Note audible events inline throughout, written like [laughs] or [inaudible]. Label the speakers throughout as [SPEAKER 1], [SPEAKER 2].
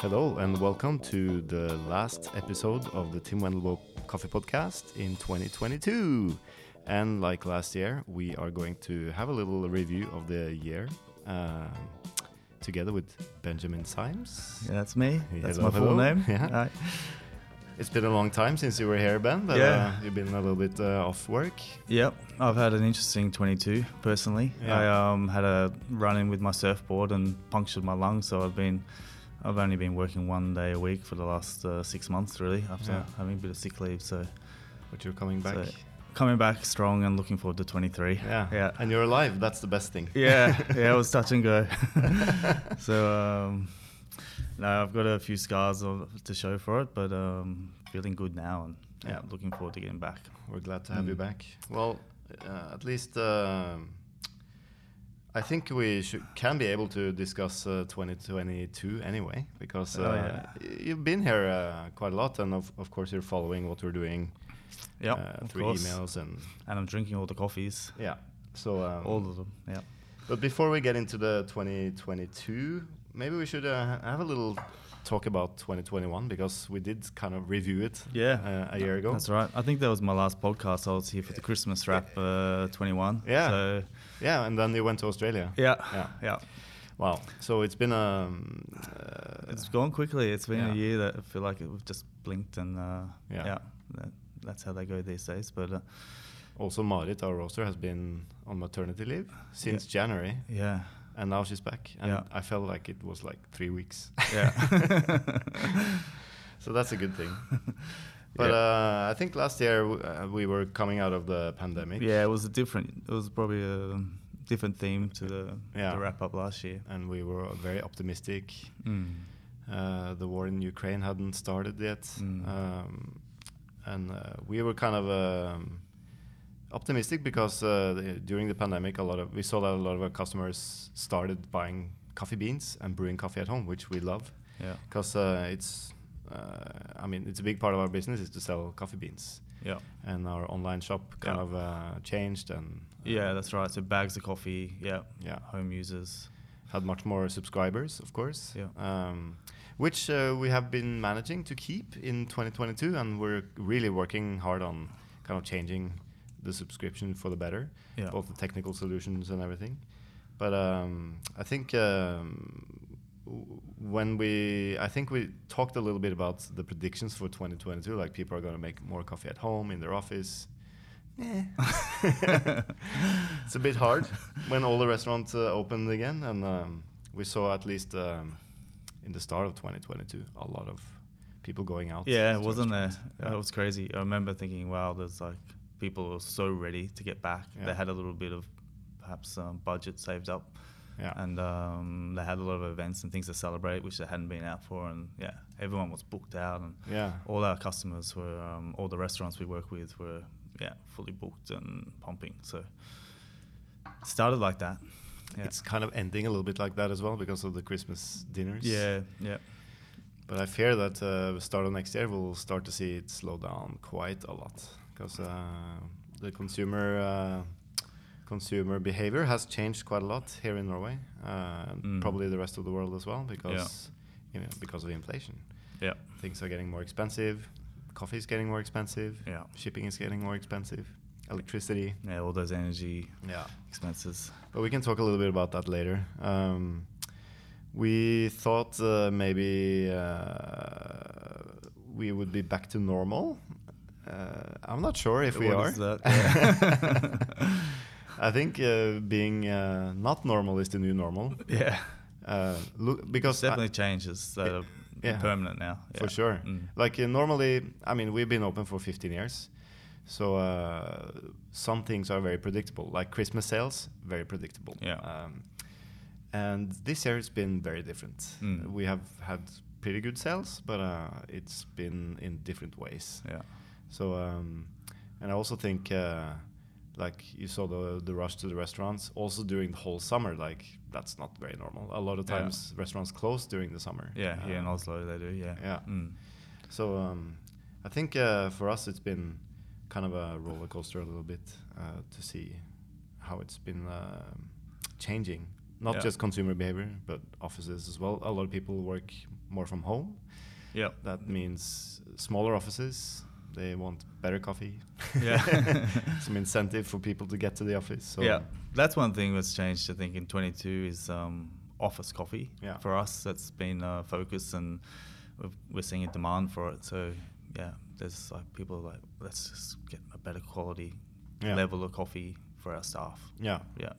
[SPEAKER 1] Hello and welcome to the last episode of the Tim Wenlow Coffee Podcast in 2022. And like last year, we are going to have a little review of the year um, together with Benjamin Symes.
[SPEAKER 2] Yeah, that's me. That's
[SPEAKER 1] Hello,
[SPEAKER 2] my full
[SPEAKER 1] hello.
[SPEAKER 2] name.
[SPEAKER 1] [laughs] Yeah.
[SPEAKER 2] Aye.
[SPEAKER 1] It's been a long time since you were here, Ben, but
[SPEAKER 2] Yeah.
[SPEAKER 1] uh, you've been a little bit uh, off work.
[SPEAKER 2] Yep. I've had an interesting 22 personally.
[SPEAKER 1] Yeah.
[SPEAKER 2] I um, had a run in with my surfboard and punctured my lung, so I've been I've only been working one day a week for the last uh, six months really after
[SPEAKER 1] Yeah.
[SPEAKER 2] having a bit of sick leave. So
[SPEAKER 1] But you're coming back.
[SPEAKER 2] So- coming back strong and looking forward to 23.
[SPEAKER 1] yeah.
[SPEAKER 2] Yeah.
[SPEAKER 1] And you're alive. That's the best thing.
[SPEAKER 2] yeah,
[SPEAKER 1] [laughs]
[SPEAKER 2] yeah, it was touch and go. so um, no, I've got a few scars of, to show for it, but um, feeling good now and yeah,
[SPEAKER 1] Yeah.
[SPEAKER 2] looking forward to getting back.
[SPEAKER 1] We're glad to have you
[SPEAKER 2] Mm.
[SPEAKER 1] back. Well, uh, at least um I think we should, can be able to discuss uh, 2022 anyway, because uh,
[SPEAKER 2] Oh, yeah.
[SPEAKER 1] y- you've been here uh, quite a lot, and of, of course you're following what we're doing
[SPEAKER 2] Yep,
[SPEAKER 1] uh,
[SPEAKER 2] of
[SPEAKER 1] through
[SPEAKER 2] course.
[SPEAKER 1] emails and
[SPEAKER 2] And I'm drinking all the coffees,
[SPEAKER 1] yeah. So um,
[SPEAKER 2] all of them. Yeah.
[SPEAKER 1] But before we get into the 2022, maybe we should uh, have a little talk about 2021 because we did kind of review it
[SPEAKER 2] Yeah,
[SPEAKER 1] uh, a year ago.
[SPEAKER 2] That's right. I think that was my last podcast. I was here for the Christmas wrap uh, 21.
[SPEAKER 1] Yeah.
[SPEAKER 2] So,
[SPEAKER 1] Yeah, and then you went to Australia.
[SPEAKER 2] yeah,
[SPEAKER 1] Yeah.
[SPEAKER 2] yeah,
[SPEAKER 1] Wow. So it's been um, uh,
[SPEAKER 2] It's gone quickly. It's been
[SPEAKER 1] Yeah.
[SPEAKER 2] a year that I feel like it was just blinked and uh,
[SPEAKER 1] Yeah.
[SPEAKER 2] yeah, that, that's how they go these days. But uh,
[SPEAKER 1] also Marit, our roster, has been on maternity leave since January,
[SPEAKER 2] yeah,
[SPEAKER 1] and now she's back. And
[SPEAKER 2] Yeah.
[SPEAKER 1] I felt like it was like three weeks.
[SPEAKER 2] yeah.
[SPEAKER 1] [laughs] so that's a good
[SPEAKER 2] [laughs]
[SPEAKER 1] thing. But
[SPEAKER 2] Yeah.
[SPEAKER 1] uh, I think last year w- uh, we were coming out of the pandemic.
[SPEAKER 2] Yeah, it was a different. It was probably a different theme to the,
[SPEAKER 1] Yeah.
[SPEAKER 2] the wrap up last year.
[SPEAKER 1] And we were very optimistic.
[SPEAKER 2] Mm.
[SPEAKER 1] Uh, the war in Ukraine hadn't started yet,
[SPEAKER 2] Mm.
[SPEAKER 1] um, and uh, we were kind of um, optimistic because uh, the- during the pandemic, a lot of we saw that a lot of our customers started buying coffee beans and brewing coffee at home, which we love
[SPEAKER 2] Yeah,
[SPEAKER 1] because uh, it's. Uh, I mean, it's a big part of our business is to sell coffee beans,
[SPEAKER 2] yeah,
[SPEAKER 1] and our online shop kind
[SPEAKER 2] Yeah.
[SPEAKER 1] of uh, changed and uh,
[SPEAKER 2] yeah. That's right. So bags of coffee. Yeah,
[SPEAKER 1] yeah
[SPEAKER 2] home users. [laughs]
[SPEAKER 1] had much more subscribers, of course.
[SPEAKER 2] Yeah.
[SPEAKER 1] Um, which uh, we have been managing to keep in 2022, and we're really working hard on kind of changing the subscription for the better,
[SPEAKER 2] Yeah.
[SPEAKER 1] both the technical solutions and everything. But um, I think um, w- when we, I think we talked a little bit about the predictions for 2022, like people are going to make more coffee at home in their office.
[SPEAKER 2] Eh.
[SPEAKER 1] [laughs]
[SPEAKER 2] [laughs]
[SPEAKER 1] Yeah. it's a bit hard when all the restaurants uh, opened again, and um, we saw at least um, in the start of 2022 a lot of people going out.
[SPEAKER 2] Yeah,
[SPEAKER 1] to
[SPEAKER 2] it wasn't there.
[SPEAKER 1] restaurants.
[SPEAKER 2] It was crazy. I remember thinking, wow, there's like people were so ready to get back.
[SPEAKER 1] Yeah.
[SPEAKER 2] They had a little bit of perhaps um, budget saved up,
[SPEAKER 1] Yeah,
[SPEAKER 2] and um, they had a lot of events and things to celebrate, which they hadn't been out for. And yeah, everyone was booked out, and
[SPEAKER 1] yeah,
[SPEAKER 2] all our customers were, um, all the restaurants we work with were, yeah, fully booked and pumping. So it started like that. Yeah.
[SPEAKER 1] It's kind of ending a little bit like that as well because of the Christmas dinners.
[SPEAKER 2] yeah, yeah,
[SPEAKER 1] But I fear that uh, the start of next year we'll start to see it slow down quite a lot because uh, the consumer uh, consumer behavior has changed quite a lot here in Norway, uh, and
[SPEAKER 2] Mm.
[SPEAKER 1] probably the rest of the world as well because you know, because of inflation,
[SPEAKER 2] yeah,
[SPEAKER 1] things are getting more expensive, coffee is getting more expensive,
[SPEAKER 2] yeah,
[SPEAKER 1] shipping is getting more expensive, electricity,
[SPEAKER 2] yeah. All those energy
[SPEAKER 1] yeah.
[SPEAKER 2] expenses.
[SPEAKER 1] But we can talk a little bit about that later. Um, we thought uh, maybe uh, we would be back to normal. Uh, I'm not sure if we
[SPEAKER 2] What
[SPEAKER 1] are.
[SPEAKER 2] is that? Yeah.
[SPEAKER 1] [laughs] I think uh, being uh, not normal is the new normal.
[SPEAKER 2] Yeah,
[SPEAKER 1] Uh, look, because I-
[SPEAKER 2] definitely changes that are
[SPEAKER 1] yeah.
[SPEAKER 2] permanent now.
[SPEAKER 1] for
[SPEAKER 2] Yeah.
[SPEAKER 1] sure.
[SPEAKER 2] Mm.
[SPEAKER 1] Like uh, normally, I mean, we've been open for 15 years, so uh, some things are very predictable. Like Christmas sales, very predictable.
[SPEAKER 2] Yeah.
[SPEAKER 1] Um, and this year it's been very different.
[SPEAKER 2] Mm.
[SPEAKER 1] We have had pretty good sales, but uh, it's been in different ways.
[SPEAKER 2] Yeah,
[SPEAKER 1] So, um, and I also think, uh, like you saw the the rush to the restaurants, also during the whole summer, like that's not very normal. A lot of
[SPEAKER 2] Yeah.
[SPEAKER 1] times restaurants close during the summer.
[SPEAKER 2] Yeah, here in
[SPEAKER 1] Uh,
[SPEAKER 2] Oslo they do. Yeah.
[SPEAKER 1] yeah.
[SPEAKER 2] Mm.
[SPEAKER 1] So um, I think uh, for us it's been kind of a roller coaster a little bit uh, to see how it's been um changing. Not
[SPEAKER 2] Yeah.
[SPEAKER 1] just consumer behavior, but offices as well. A lot of people work more from home.
[SPEAKER 2] Yeah.
[SPEAKER 1] That means smaller offices. They want better coffee.
[SPEAKER 2] Yeah.
[SPEAKER 1] [laughs] Some incentive for people to get to the office. So
[SPEAKER 2] yeah, that's one thing that's changed. I think in 22 is um, office coffee.
[SPEAKER 1] Yeah.
[SPEAKER 2] For us, that's been a focus, and we've, we're seeing a demand for it. So yeah, there's like people like let's just get a better quality
[SPEAKER 1] Yeah.
[SPEAKER 2] level of coffee for our staff.
[SPEAKER 1] Yeah.
[SPEAKER 2] Yeah.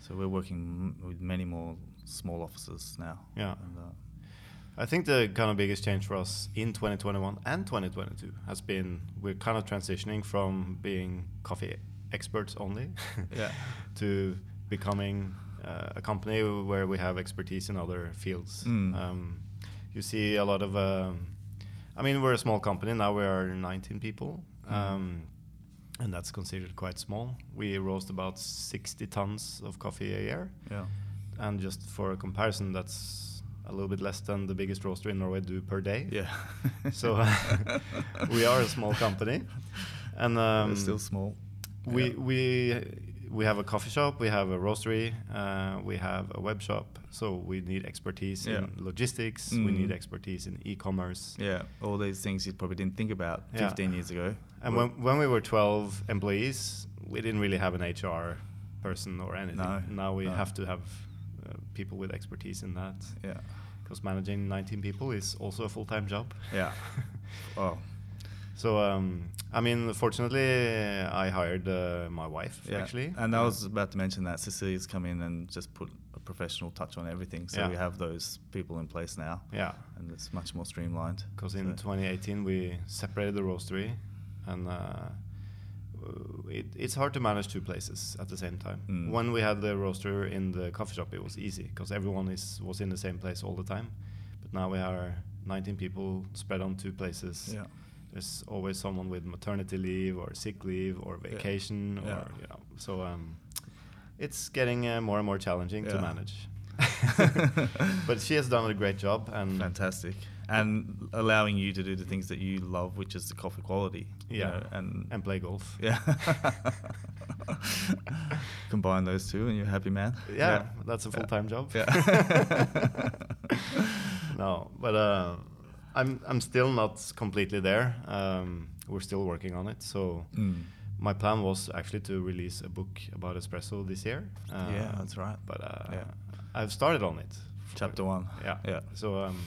[SPEAKER 2] So we're working m- with many more small offices now.
[SPEAKER 1] Yeah.
[SPEAKER 2] And, uh,
[SPEAKER 1] I think the kind of biggest change for us in 2021 and 2022 has been we're kind of transitioning from being coffee experts only
[SPEAKER 2] [laughs] Yeah.
[SPEAKER 1] [laughs] to becoming uh, a company where we have expertise in other fields.
[SPEAKER 2] Mm.
[SPEAKER 1] Um, you see a lot of, um, I mean, we're a small company now, we are 19 people.
[SPEAKER 2] Mm.
[SPEAKER 1] Um, and that's considered quite small. We roast about 60 tons of coffee a year.
[SPEAKER 2] yeah.
[SPEAKER 1] And just for comparison, that's a little bit less than the biggest roaster in Norway do per day.
[SPEAKER 2] Yeah.
[SPEAKER 1] [laughs] So, uh, we are a small company, and, um,
[SPEAKER 2] we're still small.
[SPEAKER 1] We
[SPEAKER 2] Yeah.
[SPEAKER 1] we we have a coffee shop, we have a roastery, uh, we have a web shop. So we need expertise in
[SPEAKER 2] Yeah.
[SPEAKER 1] logistics. We
[SPEAKER 2] Mm.
[SPEAKER 1] need expertise in e-commerce.
[SPEAKER 2] Yeah, all these things you probably didn't think about
[SPEAKER 1] Yeah.
[SPEAKER 2] 15 years ago.
[SPEAKER 1] And
[SPEAKER 2] Well,
[SPEAKER 1] when when we were 12 employees, we didn't really have an HR person or anything.
[SPEAKER 2] No,
[SPEAKER 1] now we
[SPEAKER 2] no.
[SPEAKER 1] have to have uh, people with expertise in that.
[SPEAKER 2] yeah,
[SPEAKER 1] because managing 19 people is also a full-time job [laughs]
[SPEAKER 2] yeah. Oh,
[SPEAKER 1] so um, i mean fortunately i hired uh, my wife
[SPEAKER 2] yeah.
[SPEAKER 1] actually
[SPEAKER 2] and I was about to mention that Cecilia's come in and just put a professional touch on everything. So
[SPEAKER 1] Yeah.
[SPEAKER 2] we have those people in place now.
[SPEAKER 1] yeah
[SPEAKER 2] and it's much more streamlined.
[SPEAKER 1] because in
[SPEAKER 2] So-
[SPEAKER 1] 2018 we separated the roastery and uh, it, it's hard to manage two places at the same time
[SPEAKER 2] Mm.
[SPEAKER 1] when we had the roaster in the coffee shop it was easy because everyone is was in the same place all the time but now we are 19 people spread on two places
[SPEAKER 2] yeah,
[SPEAKER 1] there's always someone with maternity leave or sick leave or
[SPEAKER 2] Yeah.
[SPEAKER 1] vacation
[SPEAKER 2] Yeah.
[SPEAKER 1] or you know so um, it's getting uh, more and more challenging to
[SPEAKER 2] Yeah. [laughs]
[SPEAKER 1] manage but she has done a great job and
[SPEAKER 2] fantastic, and allowing you to do the things that you love, which is the coffee quality. you
[SPEAKER 1] Yeah.
[SPEAKER 2] know, and
[SPEAKER 1] and play golf [laughs]
[SPEAKER 2] yeah, [laughs] combine those two, and you're a happy man.
[SPEAKER 1] yeah, that's a full-time job
[SPEAKER 2] Yeah.
[SPEAKER 1] [laughs] no but uh, I'm, I'm still not completely there um, we're still working on it so
[SPEAKER 2] Mm.
[SPEAKER 1] my plan was actually to release a book about espresso this year
[SPEAKER 2] Yeah,
[SPEAKER 1] Um,
[SPEAKER 2] that's right.
[SPEAKER 1] but uh,
[SPEAKER 2] Yeah.
[SPEAKER 1] I've started on it
[SPEAKER 2] Chapter one.
[SPEAKER 1] Yeah.
[SPEAKER 2] [laughs] Yeah.
[SPEAKER 1] So um,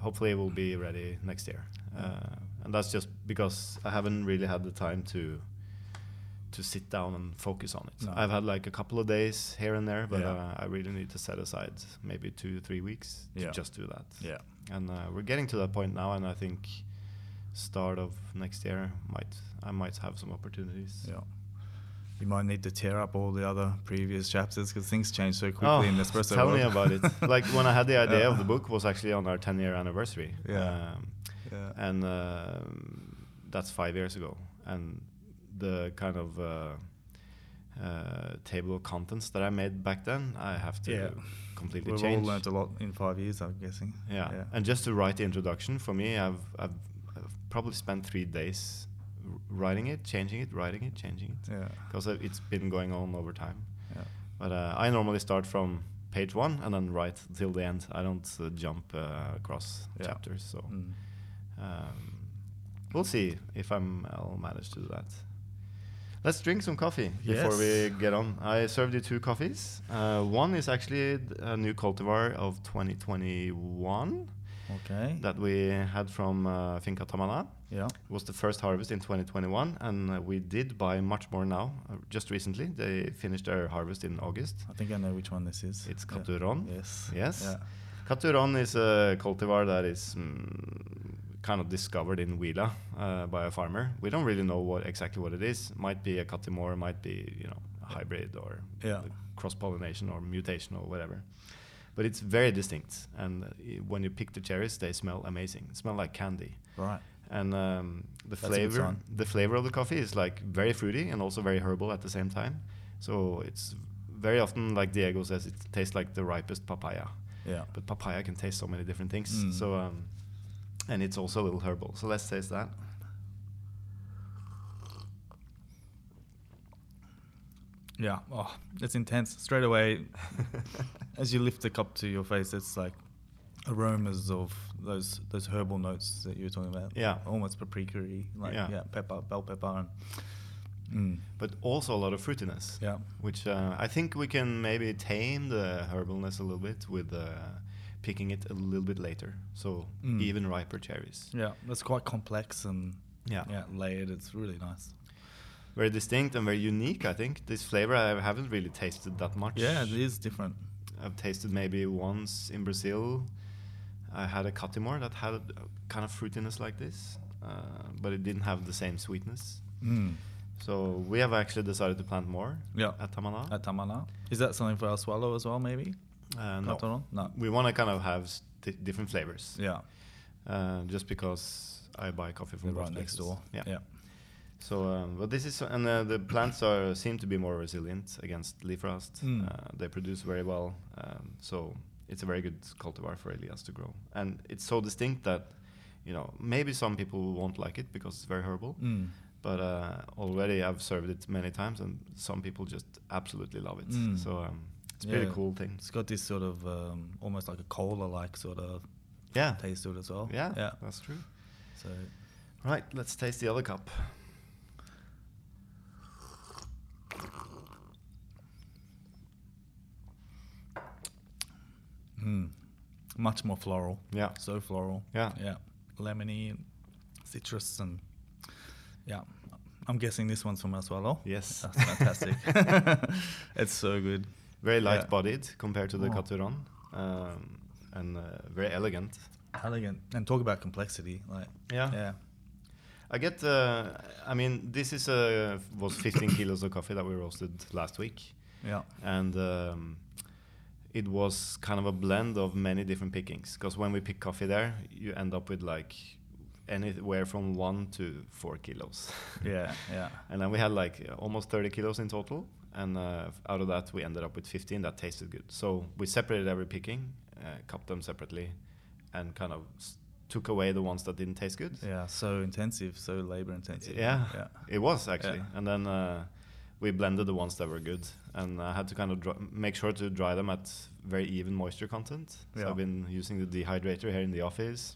[SPEAKER 1] hopefully it will be ready next year. Uh, and that's just because I haven't really had the time to to sit down and focus on it.
[SPEAKER 2] No.
[SPEAKER 1] I've had like a couple of days here and there, but
[SPEAKER 2] Yeah.
[SPEAKER 1] uh, I really need to set aside maybe two, three weeks to
[SPEAKER 2] Yeah.
[SPEAKER 1] just do that.
[SPEAKER 2] Yeah.
[SPEAKER 1] And uh, we're getting to that point now, and I think start of next year might I might have some opportunities.
[SPEAKER 2] Yeah. You might need to tear up all the other previous chapters because things change so quickly
[SPEAKER 1] Oh,
[SPEAKER 2] in the espresso.
[SPEAKER 1] tell
[SPEAKER 2] world.
[SPEAKER 1] me about
[SPEAKER 2] [laughs]
[SPEAKER 1] it. Like when I had the idea
[SPEAKER 2] Yeah.
[SPEAKER 1] of the book was actually on our 10 year anniversary.
[SPEAKER 2] Yeah.
[SPEAKER 1] Um,
[SPEAKER 2] Yeah.
[SPEAKER 1] and um that's five years ago. And the kind of uh, uh, table of contents that I made back then, I have to
[SPEAKER 2] Yeah.
[SPEAKER 1] completely
[SPEAKER 2] We've
[SPEAKER 1] change.
[SPEAKER 2] all learnt a lot in five years, I'm guessing.
[SPEAKER 1] yeah. and just to write the introduction for me, I've, I've, I've probably spent three days r- writing it, changing it, writing it, changing it,
[SPEAKER 2] yeah.
[SPEAKER 1] because it's been going on over time.
[SPEAKER 2] Yeah.
[SPEAKER 1] But uh, I normally start from page one and then write till the end. I don't uh, jump uh, across
[SPEAKER 2] Yeah.
[SPEAKER 1] chapters. So.
[SPEAKER 2] Mm.
[SPEAKER 1] Um, we'll see if I'm, I'll manage to do that. Let's drink some coffee before we
[SPEAKER 2] Yes.
[SPEAKER 1] get on. I served you two coffees. Uh, one is actually th- a new cultivar of 2021
[SPEAKER 2] Okay.
[SPEAKER 1] that we had from uh, Finca Tamana.
[SPEAKER 2] yeah.
[SPEAKER 1] It was the first harvest in 2021, and uh, we did buy much more now. Uh, just recently, they finished their harvest in August.
[SPEAKER 2] I think I know which one this is.
[SPEAKER 1] It's
[SPEAKER 2] Yeah.
[SPEAKER 1] Caturon.
[SPEAKER 2] Yes.
[SPEAKER 1] Yes.
[SPEAKER 2] Yeah.
[SPEAKER 1] Caturon is a eh, cultivar that is mm, kind of discovered in Huila uh, by a farmer. We don't really know what exactly what it is. Might be a Catimor, might be you know a hybrid or
[SPEAKER 2] Yeah.
[SPEAKER 1] cross pollination or mutation or whatever. But it's very distinct, and uh, i- when you pick the cherries, they smell amazing. Smell like candy,
[SPEAKER 2] Right.
[SPEAKER 1] and um, the
[SPEAKER 2] That's a good
[SPEAKER 1] flavor
[SPEAKER 2] sign.
[SPEAKER 1] the flavor of the coffee is like very fruity and also very herbal at the same time. So it's very often, like Diego says, it tastes like the ripest papaya.
[SPEAKER 2] Yeah.
[SPEAKER 1] But papaya can taste so many different things.
[SPEAKER 2] Mm.
[SPEAKER 1] So, um, and it's also a little herbal. So let's taste that. [laughs]
[SPEAKER 2] Yeah. Oh, it's intense. Straight away, as you lift the cup to your face, it's like aromas of those those herbal notes that you were talking about.
[SPEAKER 1] Yeah.
[SPEAKER 2] Almost paprika like
[SPEAKER 1] Yeah.
[SPEAKER 2] yeah. pepper, bell pepper, and mm,
[SPEAKER 1] But also a lot of fruitiness,
[SPEAKER 2] yeah,
[SPEAKER 1] which uh, I think we can maybe tame the herbalness a little bit with uh, picking it a little bit later. So
[SPEAKER 2] Mm.
[SPEAKER 1] even riper cherries.
[SPEAKER 2] yeah. That's quite complex and
[SPEAKER 1] Yeah.
[SPEAKER 2] yeah, layered. It's really nice.
[SPEAKER 1] Very distinct and very unique, I think. This flavor I haven't really tasted that much.
[SPEAKER 2] Yeah, it is different.
[SPEAKER 1] I've tasted maybe once in Brazil. I had a Katimor that had a kind of fruitiness like this, uh, but it didn't have the same sweetness.
[SPEAKER 2] Mm.
[SPEAKER 1] So we have actually decided to plant more
[SPEAKER 2] Yeah.
[SPEAKER 1] at Tamana.
[SPEAKER 2] At Tamana, is that something for our swallow as well? Maybe.
[SPEAKER 1] uh, no.
[SPEAKER 2] Cotton on? No.
[SPEAKER 1] We want to kind of have s- di different flavors,
[SPEAKER 2] Yeah.
[SPEAKER 1] uh, just because I buy coffee from
[SPEAKER 2] They're right
[SPEAKER 1] both
[SPEAKER 2] next
[SPEAKER 1] places.
[SPEAKER 2] door.
[SPEAKER 1] Yeah. So, um, but this is and uh, the plants are seem to be more resilient against leaf rust.
[SPEAKER 2] Mm.
[SPEAKER 1] Uh, they produce very well, um, so it's a very good cultivar for Elias to grow. And it's so distinct that, you know, maybe some people won't like it because it's very herbal.
[SPEAKER 2] Mm.
[SPEAKER 1] But uh, already I've served it many times, and some people just absolutely love it.
[SPEAKER 2] Mm.
[SPEAKER 1] So um, it's a pretty
[SPEAKER 2] Yeah.
[SPEAKER 1] cool thing.
[SPEAKER 2] It's got this sort of um, almost like a cola-like sort of
[SPEAKER 1] Yeah.
[SPEAKER 2] taste to it as well.
[SPEAKER 1] yeah,
[SPEAKER 2] Yeah.
[SPEAKER 1] that's true.
[SPEAKER 2] So
[SPEAKER 1] Right, let's taste the other cup.
[SPEAKER 2] mm, much more floral.
[SPEAKER 1] Yeah,
[SPEAKER 2] So floral.
[SPEAKER 1] Yeah.
[SPEAKER 2] Yeah. Lemony, and citrus, and yeah. I'm guessing this one's from Aswalo.
[SPEAKER 1] Yes.
[SPEAKER 2] That's fantastic. [laughs] it's so good.
[SPEAKER 1] [laughs] very
[SPEAKER 2] Yeah.
[SPEAKER 1] light-bodied compared to the
[SPEAKER 2] Oh.
[SPEAKER 1] Caturon, um, and uh, very elegant.
[SPEAKER 2] Elegant. And talk about complexity. Like,
[SPEAKER 1] Yeah.
[SPEAKER 2] yeah.
[SPEAKER 1] I get. Uh, I mean, this is uh, was 15 kilos of coffee that we roasted last week,
[SPEAKER 2] Yeah.
[SPEAKER 1] and um, it was kind of a blend of many different pickings. Because when we pick coffee there, you end up with like anywhere from one to four kilos. [laughs]
[SPEAKER 2] Yeah. Yeah.
[SPEAKER 1] And then we had like uh, almost 30 kilos in total. And uh, f- out of that, we ended up with 15 that tasted good. So we separated every picking, uh, cupped them separately, and kind of s- took away the ones that didn't taste good.
[SPEAKER 2] Yeah. So intensive. So labor intensive.
[SPEAKER 1] Yeah,
[SPEAKER 2] Yeah.
[SPEAKER 1] it was actually.
[SPEAKER 2] Yeah.
[SPEAKER 1] And then uh, we blended the ones that were good, and I had to kind of dry, make sure to dry them at very even moisture content. So
[SPEAKER 2] Yeah.
[SPEAKER 1] I've been using the dehydrator here in the office.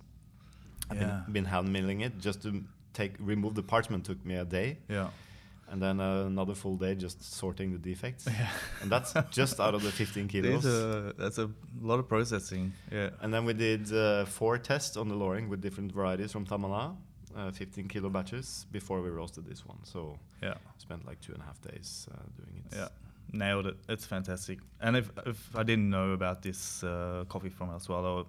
[SPEAKER 1] I've
[SPEAKER 2] Yeah.
[SPEAKER 1] been, been hand milling it just to take remove the parchment took me a day,
[SPEAKER 2] Yeah.
[SPEAKER 1] and then uh, another full day just sorting the defects.
[SPEAKER 2] Yeah.
[SPEAKER 1] And that's just out of the 15 kilos.
[SPEAKER 2] [laughs] These are- that's a lot of processing. Yeah.
[SPEAKER 1] And then we did uh, four tests on the loring with different varieties from Tamala, uh, 15 kilo batches before we roasted this one. So
[SPEAKER 2] yeah.
[SPEAKER 1] spent like two and a half days uh, doing it.
[SPEAKER 2] Yeah. Nailed it. It's fantastic. And if, if I didn't know about this uh, coffee from El Swallow,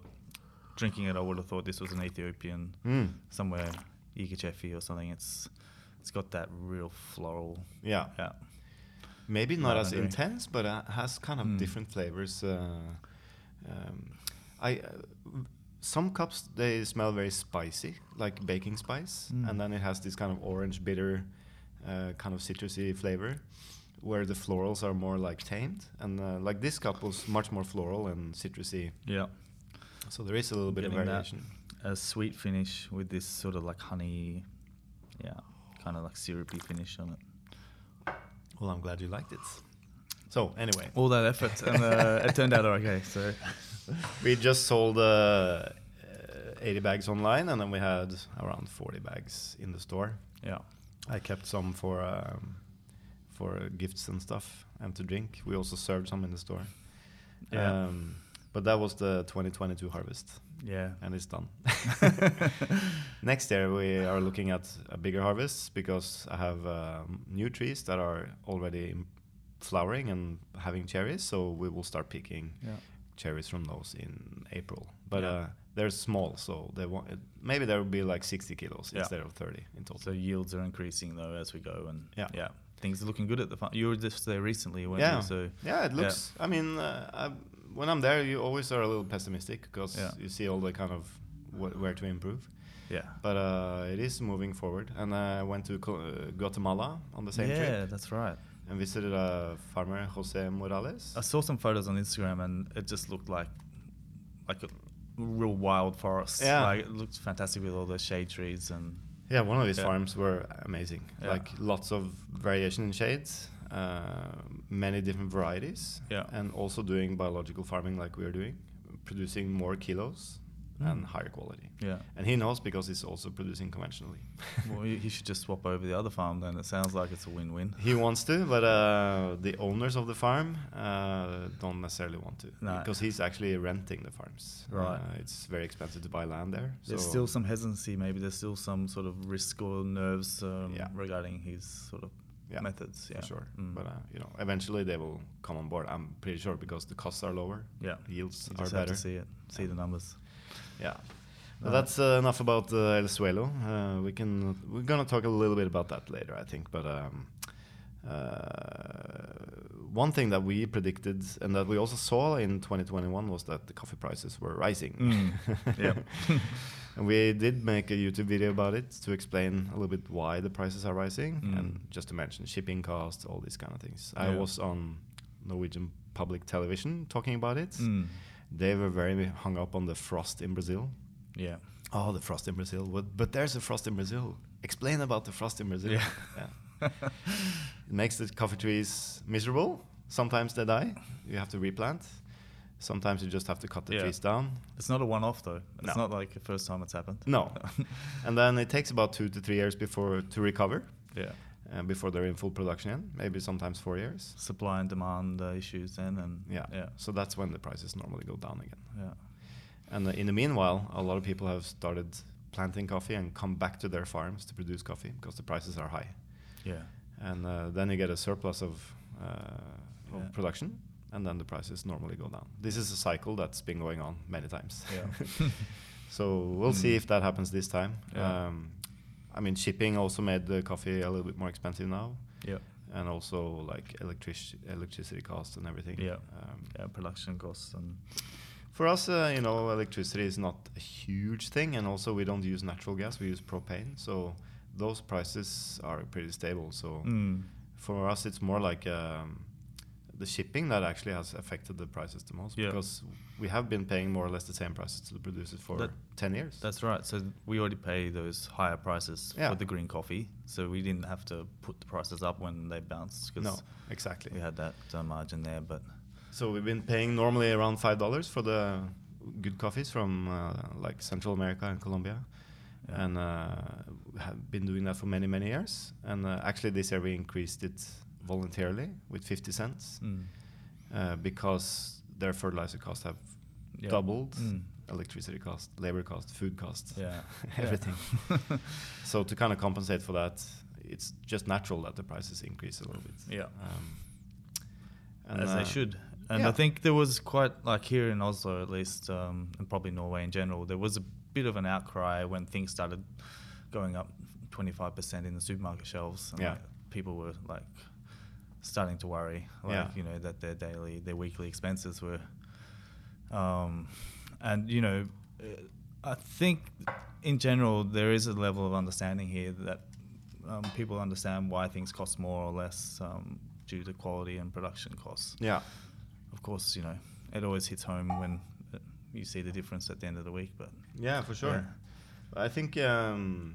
[SPEAKER 2] drinking it, I would have thought this was an Ethiopian
[SPEAKER 1] Mm.
[SPEAKER 2] somewhere, Igachefi or something. It's It's got that real floral.
[SPEAKER 1] Yeah.
[SPEAKER 2] Yeah.
[SPEAKER 1] Maybe not as
[SPEAKER 2] Lavender.
[SPEAKER 1] intense, but uh, has kind of
[SPEAKER 2] Mm.
[SPEAKER 1] different flavors. Uh, um, I uh, w- some cups they smell very spicy, like baking spice,
[SPEAKER 2] Mm.
[SPEAKER 1] and then it has this kind of orange bitter, uh, kind of citrusy flavor, where the florals are more like tamed, and uh, like this cup was much more floral and citrusy.
[SPEAKER 2] Yeah.
[SPEAKER 1] So there is a little bit of
[SPEAKER 2] Getting that.
[SPEAKER 1] variation.
[SPEAKER 2] A sweet finish with this sort of like honey, yeah, kind of like syrupy finish on it.
[SPEAKER 1] Well, I'm glad you liked it. So anyway,
[SPEAKER 2] All that effort, and
[SPEAKER 1] [laughs]
[SPEAKER 2] uh, it turned out okay. So,
[SPEAKER 1] We just sold uh, uh, 80 bags online, and then we had around 40 bags in the store.
[SPEAKER 2] yeah.
[SPEAKER 1] I kept some for um, for uh, gifts and stuff and to drink. We also served some in the store.
[SPEAKER 2] Yeah.
[SPEAKER 1] Um, but that was the 2022 harvest,
[SPEAKER 2] yeah.
[SPEAKER 1] and it's done. [laughs] Next year we are looking at a bigger harvest because I have um, new trees that are already flowering and having cherries. So we will start picking
[SPEAKER 2] Yeah.
[SPEAKER 1] cherries from those in April. But
[SPEAKER 2] Yeah.
[SPEAKER 1] uh, they're small, so they won't, it- maybe there will be like 60 kilos
[SPEAKER 2] Yeah.
[SPEAKER 1] instead of 30 in total.
[SPEAKER 2] So yields are increasing though as we go, and
[SPEAKER 1] Yeah.
[SPEAKER 2] things are looking good at the farm. You were just there recently, weren't
[SPEAKER 1] yeah,
[SPEAKER 2] you? So
[SPEAKER 1] yeah, it
[SPEAKER 2] yeah.
[SPEAKER 1] looks. I mean, uh, I, when I'm there, you always are a little pessimistic because
[SPEAKER 2] Yeah.
[SPEAKER 1] you see all the kind of wh- where to improve.
[SPEAKER 2] yeah,
[SPEAKER 1] But uh, it is moving forward, and I went to Co- uh, Guatemala on the same
[SPEAKER 2] yeah,
[SPEAKER 1] trip,
[SPEAKER 2] that's right.
[SPEAKER 1] and visited a farmer, Jose Morales.
[SPEAKER 2] I saw some photos on Instagram, and it just looked like like a real wild forest.
[SPEAKER 1] Yeah.
[SPEAKER 2] like, it looked fantastic with all the shade trees and
[SPEAKER 1] Yeah, one of his
[SPEAKER 2] Yeah.
[SPEAKER 1] farms were amazing.
[SPEAKER 2] Yeah.
[SPEAKER 1] Like lots of variation in shades, uh, many different varieties,
[SPEAKER 2] Yeah.
[SPEAKER 1] and also doing biological farming like we are doing, producing more kilos and
[SPEAKER 2] Mm.
[SPEAKER 1] higher quality.
[SPEAKER 2] yeah.
[SPEAKER 1] And he knows because he's also producing conventionally.
[SPEAKER 2] Well, he
[SPEAKER 1] [laughs]
[SPEAKER 2] he should just swap over the other farm. Then it sounds like it's a win-win.
[SPEAKER 1] He wants to, but uh, the owners of the farm uh, don't necessarily want to
[SPEAKER 2] No.
[SPEAKER 1] because he's actually renting the farms.
[SPEAKER 2] Right.
[SPEAKER 1] Uh, it's very expensive to buy land there.
[SPEAKER 2] There's
[SPEAKER 1] so-
[SPEAKER 2] still some hesitancy. Maybe there's still some sort of risk or nerves um,
[SPEAKER 1] Yeah.
[SPEAKER 2] regarding his sort of
[SPEAKER 1] Yeah,
[SPEAKER 2] methods. Yeah,
[SPEAKER 1] for sure.
[SPEAKER 2] Mm.
[SPEAKER 1] But uh, you know, eventually they will come on board. I'm pretty sure because the costs are lower,
[SPEAKER 2] yeah,
[SPEAKER 1] yields
[SPEAKER 2] you
[SPEAKER 1] are
[SPEAKER 2] just have
[SPEAKER 1] better.
[SPEAKER 2] to see it, see the numbers.
[SPEAKER 1] Yeah. But
[SPEAKER 2] Uh,
[SPEAKER 1] that's uh, enough about uh, El Suelo. Uh, we can we're gonna talk a little bit about that later, I think. But um, uh, one thing that we predicted and that we also saw in 2021 was that the coffee prices were rising. [laughs]
[SPEAKER 2] Mm, yep.
[SPEAKER 1] and we did make a YouTube video about it to explain a little bit why the prices are rising
[SPEAKER 2] Mm.
[SPEAKER 1] and just to mention shipping costs, all these kind of things. I
[SPEAKER 2] Yeah.
[SPEAKER 1] was on Norwegian public television talking about it.
[SPEAKER 2] Mm.
[SPEAKER 1] They were very hung up on the frost in Brazil.
[SPEAKER 2] Yeah,
[SPEAKER 1] Oh, the frost in Brazil. What, but there's a frost in Brazil. Explain about the frost in [laughs] Brazil.
[SPEAKER 2] Yeah.
[SPEAKER 1] It makes the coffee trees miserable. Sometimes they die. You have to replant. Sometimes you just have to cut the
[SPEAKER 2] Yeah.
[SPEAKER 1] trees down.
[SPEAKER 2] [laughs] it's not a one-off though. It's
[SPEAKER 1] No.
[SPEAKER 2] not like the first time it's happened.
[SPEAKER 1] No.
[SPEAKER 2] [laughs]
[SPEAKER 1] and then it takes about two to three years before to recover,
[SPEAKER 2] yeah,
[SPEAKER 1] uh, before they're in full production again. Maybe sometimes four years.
[SPEAKER 2] supply and demand uh, issues then, and
[SPEAKER 1] Yeah.
[SPEAKER 2] yeah,
[SPEAKER 1] So that's when the prices normally go down again.
[SPEAKER 2] yeah.
[SPEAKER 1] And uh, in the meanwhile, a lot of people have started planting coffee and come back to their farms to produce coffee because the prices are high.
[SPEAKER 2] Yeah.
[SPEAKER 1] and uh, then you get a surplus of, uh, of
[SPEAKER 2] Yeah.
[SPEAKER 1] production and then the prices normally go down this is a cycle that's been going on many times
[SPEAKER 2] Yeah.
[SPEAKER 1] [laughs]
[SPEAKER 2] [laughs]
[SPEAKER 1] so we'll see
[SPEAKER 2] Mm.
[SPEAKER 1] if that happens this time
[SPEAKER 2] Yeah.
[SPEAKER 1] um, i mean shipping also made the coffee a little bit more expensive now
[SPEAKER 2] yeah.
[SPEAKER 1] and also like electric electricity costs and everything
[SPEAKER 2] Yeah.
[SPEAKER 1] um,
[SPEAKER 2] Yeah. Production costs and
[SPEAKER 1] for us uh, you know electricity is not a huge thing and also we don't use natural gas we use propane so those prices are pretty stable so
[SPEAKER 2] Mm.
[SPEAKER 1] for us it's more like um, the shipping that actually has affected the prices the most
[SPEAKER 2] Yeah.
[SPEAKER 1] because we have been paying more or less the same prices to the producers for
[SPEAKER 2] That-
[SPEAKER 1] 10 years
[SPEAKER 2] That's right. So we already pay those higher prices
[SPEAKER 1] Yeah.
[SPEAKER 2] for the green coffee. So we didn't have to put the prices up when they bounced
[SPEAKER 1] no
[SPEAKER 2] because
[SPEAKER 1] exactly
[SPEAKER 2] we had that uh, margin there. But
[SPEAKER 1] so we've been paying normally around five dollars for the good coffees from uh, like central america and colombia
[SPEAKER 2] Yeah.
[SPEAKER 1] and uh, we have been doing that for many many years and uh, actually this year we increased it voluntarily with 50 cents
[SPEAKER 2] mm,
[SPEAKER 1] uh, because their fertilizer costs have
[SPEAKER 2] yeah.
[SPEAKER 1] doubled
[SPEAKER 2] Mm.
[SPEAKER 1] electricity cost, labor cost, food costs,
[SPEAKER 2] Yeah.
[SPEAKER 1] [laughs] everything.
[SPEAKER 2] [laughs] Yeah.
[SPEAKER 1] so to kind of compensate for that, it's just natural that the prices increase a little bit.
[SPEAKER 2] Yeah.
[SPEAKER 1] Um,
[SPEAKER 2] as
[SPEAKER 1] uh,
[SPEAKER 2] they should. And
[SPEAKER 1] yeah.
[SPEAKER 2] I think there was quite like here in Oslo, at least, um, and probably Norway in general, there was a bit of an outcry when things started going up 25% in the supermarket shelves. And
[SPEAKER 1] Yeah.
[SPEAKER 2] like, people were like starting to worry, like
[SPEAKER 1] Yeah.
[SPEAKER 2] you know that their daily, their weekly expenses were, um, and you know, uh, I think in general there is a level of understanding here that um, people understand why things cost more or less um, due to quality and production costs
[SPEAKER 1] Yeah.
[SPEAKER 2] of course, you know, it always hits home when uh, you see the difference at the end of the week. But
[SPEAKER 1] Yeah, for sure.
[SPEAKER 2] Yeah.
[SPEAKER 1] I think um,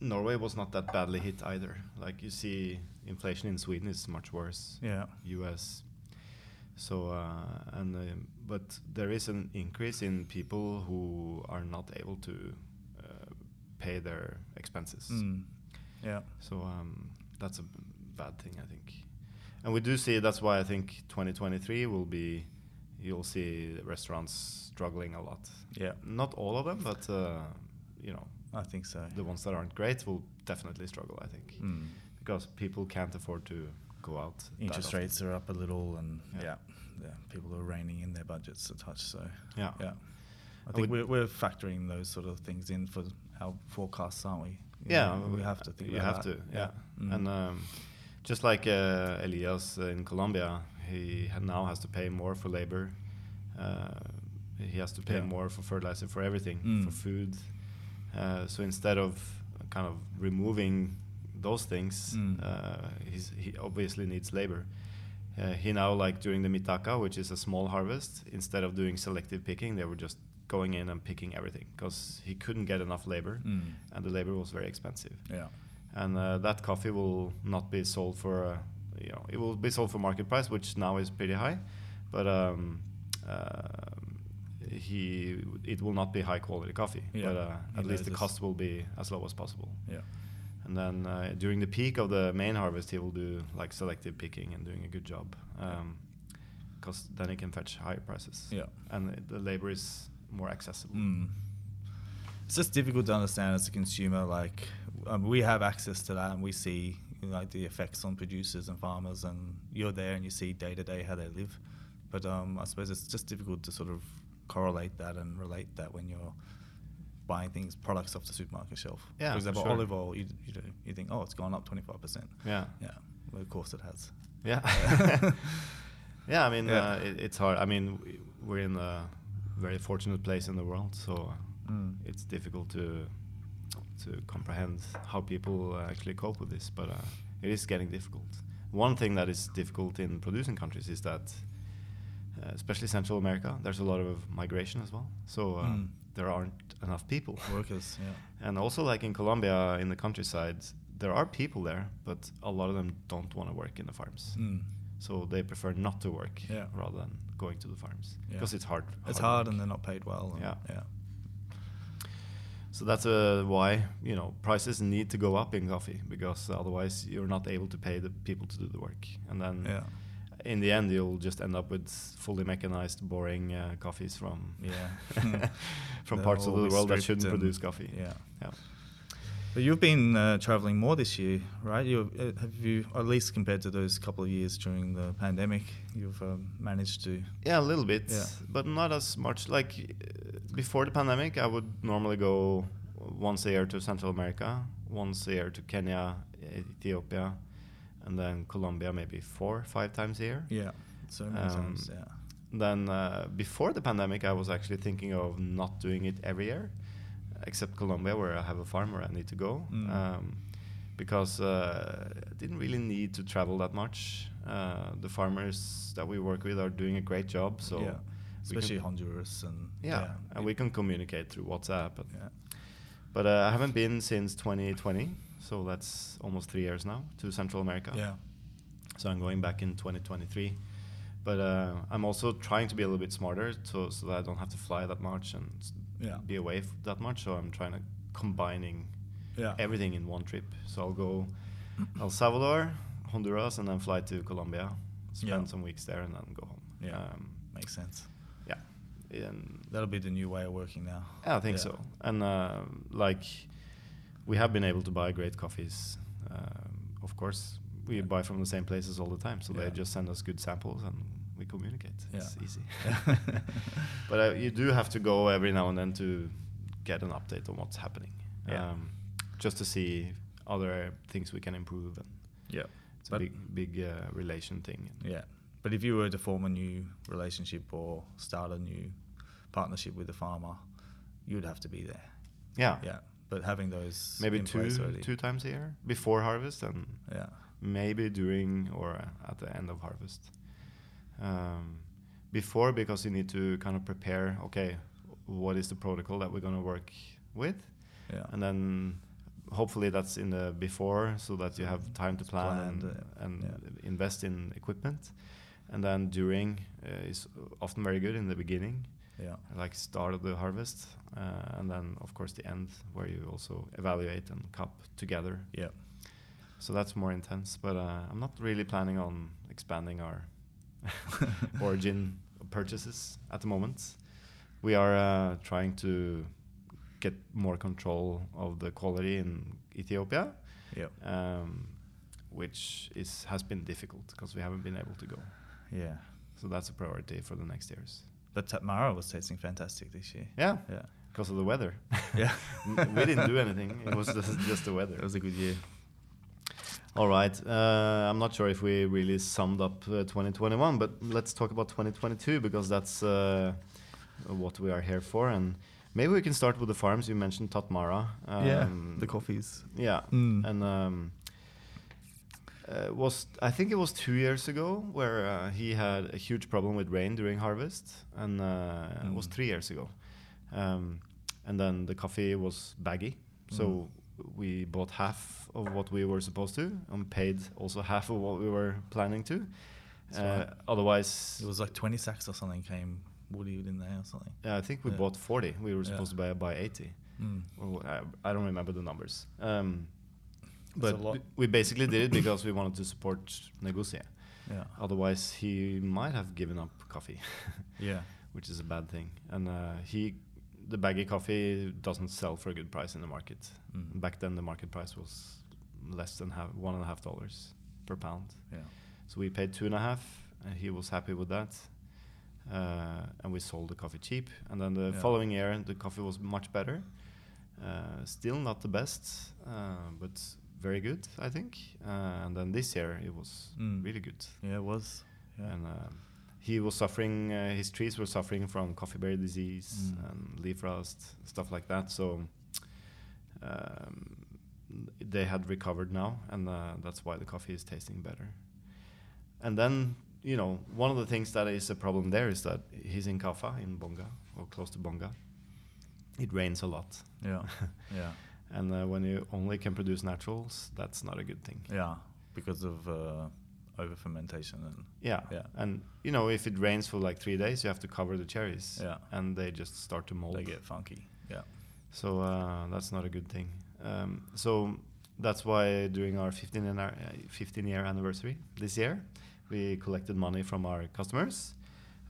[SPEAKER 1] Norway was not that badly hit either. Like you see, inflation in Sweden is much worse.
[SPEAKER 2] yeah,
[SPEAKER 1] U.S. So uh, and uh, but there is an increase in people who are not able to uh, pay their expenses.
[SPEAKER 2] mm, yeah,
[SPEAKER 1] So um, that's a b- bad thing, I think. And we do see that's why I think 2023 will be you'll see restaurants struggling a lot.
[SPEAKER 2] yeah,
[SPEAKER 1] Not all of them, but uh, you know
[SPEAKER 2] I think so.
[SPEAKER 1] the ones that aren't great will definitely struggle. I think
[SPEAKER 2] Mm.
[SPEAKER 1] because people can't afford to go out. that
[SPEAKER 2] Interest
[SPEAKER 1] often.
[SPEAKER 2] rates are up a little, and
[SPEAKER 1] Yeah.
[SPEAKER 2] yeah. yeah, people are reining in their budgets a touch. So
[SPEAKER 1] Yeah.
[SPEAKER 2] yeah, I
[SPEAKER 1] I
[SPEAKER 2] think
[SPEAKER 1] would-
[SPEAKER 2] we're, we're factoring those sort of things in for our forecasts, aren't we? You
[SPEAKER 1] Yeah,
[SPEAKER 2] know, we have to think.
[SPEAKER 1] You
[SPEAKER 2] about
[SPEAKER 1] have
[SPEAKER 2] that.
[SPEAKER 1] to, yeah.
[SPEAKER 2] Mm.
[SPEAKER 1] And um, just like uh, Elias uh, in Colombia, he ha- now has to pay more for labor. Uh, he has to pay
[SPEAKER 2] Yeah.
[SPEAKER 1] more for fertilizer, for everything,
[SPEAKER 2] Mm.
[SPEAKER 1] for food. Uh, so instead of kind of removing those things,
[SPEAKER 2] Mm.
[SPEAKER 1] uh, he's, he obviously needs labor. Uh, he now like during the mitaka, which is a small harvest, instead of doing selective picking, they were just going in and picking everything because he couldn't get enough labor,
[SPEAKER 2] Mm.
[SPEAKER 1] and the labor was very expensive.
[SPEAKER 2] Yeah.
[SPEAKER 1] And uh, that coffee will not be sold for, uh, you know, it will be sold for market price, which now is pretty high, but um, uh, he it will not be high quality coffee.
[SPEAKER 2] Yeah.
[SPEAKER 1] But uh,
[SPEAKER 2] He
[SPEAKER 1] at least the
[SPEAKER 2] knows this.
[SPEAKER 1] cost will be as low as possible.
[SPEAKER 2] Yeah.
[SPEAKER 1] And then uh, during the peak of the main harvest, he will do like selective picking and doing a good job, because then he can fetch higher prices.
[SPEAKER 2] Yeah.
[SPEAKER 1] And it- the labor is more accessible.
[SPEAKER 2] Mm. It's just difficult to understand as a consumer. Like um, we have access to that, and we see like the effects on producers and farmers, and you're there and you see day to day how they live. But um, I suppose it's just difficult to sort of correlate that and relate that when you're buying things, products off the supermarket shelf.
[SPEAKER 1] Yeah,
[SPEAKER 2] For example,
[SPEAKER 1] sure.
[SPEAKER 2] olive oil, you, you, do, you think, oh, it's gone up 25%.
[SPEAKER 1] Yeah.
[SPEAKER 2] Yeah, well, of course it has.
[SPEAKER 1] [laughs]
[SPEAKER 2] [laughs]
[SPEAKER 1] Yeah. [laughs] yeah. I mean,
[SPEAKER 2] Yeah.
[SPEAKER 1] Uh, it, it's hard. I mean, w- we're in a very fortunate place in the world, so
[SPEAKER 2] Mm.
[SPEAKER 1] it's difficult to to comprehend how people uh, actually cope with this. But uh, it is getting difficult. One thing that is difficult in producing countries is that, uh, especially Central America, there's a lot of migration as well. So uh,
[SPEAKER 2] Mm.
[SPEAKER 1] there aren't enough people.
[SPEAKER 2] Workers, yeah.
[SPEAKER 1] And also, like in Colombia, in the countryside, there are people there, but a lot of them don't want to work in the farms.
[SPEAKER 2] Mm.
[SPEAKER 1] So they prefer not to work
[SPEAKER 2] Yeah.
[SPEAKER 1] rather than going to the farms
[SPEAKER 2] Yeah.
[SPEAKER 1] because it's hard.
[SPEAKER 2] It's hard,
[SPEAKER 1] work.
[SPEAKER 2] and they're not paid well. and-
[SPEAKER 1] Yeah.
[SPEAKER 2] Yeah.
[SPEAKER 1] so that's uh, why you know prices need to go up in coffee because otherwise you're not able to pay the people to do the work, and then
[SPEAKER 2] Yeah.
[SPEAKER 1] in the end you'll just end up with fully mechanized, boring uh, coffees from [laughs]
[SPEAKER 2] Yeah.
[SPEAKER 1] from
[SPEAKER 2] They'll
[SPEAKER 1] parts of
[SPEAKER 2] all
[SPEAKER 1] the
[SPEAKER 2] be
[SPEAKER 1] world that
[SPEAKER 2] stripped
[SPEAKER 1] shouldn't
[SPEAKER 2] and-
[SPEAKER 1] produce coffee.
[SPEAKER 2] Yeah.
[SPEAKER 1] yeah.
[SPEAKER 2] But you've been uh, traveling more this year, right? You uh, have you, at least compared to those couple of years during the pandemic, you've um, managed to.
[SPEAKER 1] Yeah, a little bit,
[SPEAKER 2] Yeah.
[SPEAKER 1] but not as much. Like uh, before the pandemic, I would normally go once a year to Central America, once a year to Kenya, Ethiopia, and then Colombia maybe four, five times a year.
[SPEAKER 2] Yeah. So many
[SPEAKER 1] Um,
[SPEAKER 2] times. Yeah.
[SPEAKER 1] Then uh, before the pandemic, I was actually thinking of not doing it every year, except Colombia, where I have a farm where I need to go,
[SPEAKER 2] Mm.
[SPEAKER 1] um, because uh, I didn't really need to travel that much. Uh, the farmers that we work with are doing a great job, so. we
[SPEAKER 2] yeah.
[SPEAKER 1] can-
[SPEAKER 2] Especially Honduras and.
[SPEAKER 1] yeah, and we can communicate through WhatsApp. But,
[SPEAKER 2] Yeah.
[SPEAKER 1] but uh, I haven't been since 2020, so that's almost three years now to Central America.
[SPEAKER 2] Yeah.
[SPEAKER 1] So I'm going back in 2023. But uh, I'm also trying to be a little bit smarter, so so that I don't have to fly that much and s-
[SPEAKER 2] Yeah.
[SPEAKER 1] be away f- that much. So I'm trying to combining
[SPEAKER 2] Yeah.
[SPEAKER 1] everything in one trip. So I'll go El Salvador, Honduras, and then fly to Colombia, spend
[SPEAKER 2] Yeah.
[SPEAKER 1] some weeks there, and then go home.
[SPEAKER 2] Yeah.
[SPEAKER 1] Um,
[SPEAKER 2] Makes sense.
[SPEAKER 1] yeah. And
[SPEAKER 2] That'll be the new way of working now.
[SPEAKER 1] yeah, I think
[SPEAKER 2] Yeah.
[SPEAKER 1] so. And uh, like, we have been able to buy great coffees. Um, of course, we buy from the same places all the time, so they
[SPEAKER 2] Yeah.
[SPEAKER 1] just send us good samples and we communicate.
[SPEAKER 2] Yeah. [laughs]
[SPEAKER 1] It's easy. [laughs] but uh, you do have to go every now and then to get an update on what's happening,
[SPEAKER 2] Yeah.
[SPEAKER 1] um, just to see other things we can improve. And
[SPEAKER 2] Yeah.
[SPEAKER 1] it's a
[SPEAKER 2] But-
[SPEAKER 1] big, big uh, relation thing.
[SPEAKER 2] Yeah. But if you were to form a new relationship or start a new partnership with a farmer, you'd have to be there.
[SPEAKER 1] Yeah.
[SPEAKER 2] Yeah. But having those
[SPEAKER 1] Maybe
[SPEAKER 2] in
[SPEAKER 1] two
[SPEAKER 2] place already.
[SPEAKER 1] two times a year before harvest and
[SPEAKER 2] Yeah.
[SPEAKER 1] maybe during or at the end of harvest. Um, before, because you need to kind of prepare. Okay, what is the protocol that we're going to work with,
[SPEAKER 2] Yeah.
[SPEAKER 1] and then hopefully that's in the before, so that you have time to
[SPEAKER 2] It's
[SPEAKER 1] plan
[SPEAKER 2] planned,
[SPEAKER 1] and,
[SPEAKER 2] uh,
[SPEAKER 1] and invest in equipment. And then during uh, is often very good in the beginning,
[SPEAKER 2] yeah.
[SPEAKER 1] like start of the harvest, uh, and then of course the end where you also evaluate and cup together. [laughs]
[SPEAKER 2] Yeah.
[SPEAKER 1] So that's more intense, but uh, I'm not really planning on expanding our origin purchases at the moment. We are uh, trying to get more control of the quality in Ethiopia,
[SPEAKER 2] Yeah.
[SPEAKER 1] um, which is has been difficult because we haven't been able to go.
[SPEAKER 2] Yeah.
[SPEAKER 1] So that's a priority for the next years.
[SPEAKER 2] But Tatmara was tasting fantastic this year.
[SPEAKER 1] Yeah,
[SPEAKER 2] Yeah.
[SPEAKER 1] because of the weather.
[SPEAKER 2] [laughs] Yeah.
[SPEAKER 1] [laughs] we didn't do anything. It was just, [laughs] just the weather.
[SPEAKER 2] It was a good year.
[SPEAKER 1] All right. Uh, I'm not sure if we really summed up uh, 2021, but let's talk about 2022 because that's uh, what we are here for. And maybe we can start with the farms. You mentioned Tatmara.
[SPEAKER 2] yeah.
[SPEAKER 1] Um,
[SPEAKER 2] The coffees.
[SPEAKER 1] Yeah.
[SPEAKER 2] Mm.
[SPEAKER 1] And um, uh, was I think it was two years ago where uh, he had a huge problem with rain during harvest, and uh, it was
[SPEAKER 2] Mm.
[SPEAKER 1] three years ago. Um, and then the coffee was baggy, so
[SPEAKER 2] Mm.
[SPEAKER 1] we bought half of what we were supposed to and paid also half of what we were planning to.
[SPEAKER 2] That's
[SPEAKER 1] Uh,
[SPEAKER 2] right.
[SPEAKER 1] otherwise,
[SPEAKER 2] It was like 20 sacks or something came Woody in there or something.
[SPEAKER 1] yeah, I think we
[SPEAKER 2] yeah.
[SPEAKER 1] bought 40. We were
[SPEAKER 2] Yeah.
[SPEAKER 1] supposed to buy, buy 80.
[SPEAKER 2] Mm.
[SPEAKER 1] Or wh- I, I don't remember the numbers. Um,
[SPEAKER 2] That's a
[SPEAKER 1] but
[SPEAKER 2] lot.
[SPEAKER 1] we- we basically did it because we wanted to support Negocia.
[SPEAKER 2] Yeah.
[SPEAKER 1] Otherwise, he might have given up coffee, [laughs]
[SPEAKER 2] Yeah.
[SPEAKER 1] which is a bad thing. And uh, he, the baggy coffee doesn't sell for a good price in the market.
[SPEAKER 2] Mm.
[SPEAKER 1] Back then, the market price was less than half, one and a half dollars per pound.
[SPEAKER 2] Yeah.
[SPEAKER 1] So we paid two and a half, and he was happy with that. Uh, and we sold the coffee cheap. And then the
[SPEAKER 2] Yeah.
[SPEAKER 1] following year, the coffee was much better. Uh, still not the best, uh, but very good, I think. Uh, and then this year, it was
[SPEAKER 2] Mm.
[SPEAKER 1] really good.
[SPEAKER 2] Yeah, it was. Yeah.
[SPEAKER 1] And uh, he was suffering, uh, his trees were suffering from coffee berry disease
[SPEAKER 2] Mm.
[SPEAKER 1] and leaf rust, stuff like that. So um, they had recovered now, and uh, that's why the coffee is tasting better. And then, you know, one of the things that is a problem there is that he's in Kafa, in Bonga, or close to Bonga. It rains a lot.
[SPEAKER 2] yeah. Yeah.
[SPEAKER 1] [laughs] And uh, when you only can produce naturals, that's not a good thing.
[SPEAKER 2] Yeah. Because of uh, over fermentation and
[SPEAKER 1] Yeah.
[SPEAKER 2] Yeah.
[SPEAKER 1] And you know, if it rains for like three days, you have to cover the cherries.
[SPEAKER 2] Yeah.
[SPEAKER 1] And they just start to mold.
[SPEAKER 2] they get funky. Yeah.
[SPEAKER 1] So uh, that's not a good thing. Um, so that's why during our 15 and our uh, 15 year anniversary this year, we collected money from our customers,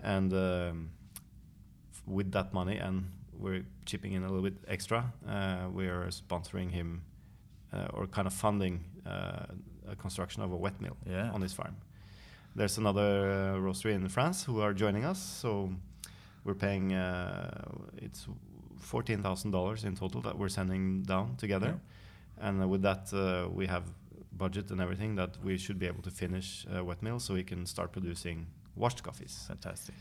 [SPEAKER 1] and um, f- with that money, and we're chipping in a little bit extra. Uh, we are sponsoring him, uh, or kind of funding uh, a construction of a wet mill
[SPEAKER 2] Yeah.
[SPEAKER 1] on his farm. There's another uh, roastery in France who are joining us, so we're paying uh, it's fourteen thousand dollars in total that we're sending down together, and uh, with that uh, we have budget and everything that we should be able to finish uh, wet mill so we can start producing washed coffees,
[SPEAKER 2] Fantastic.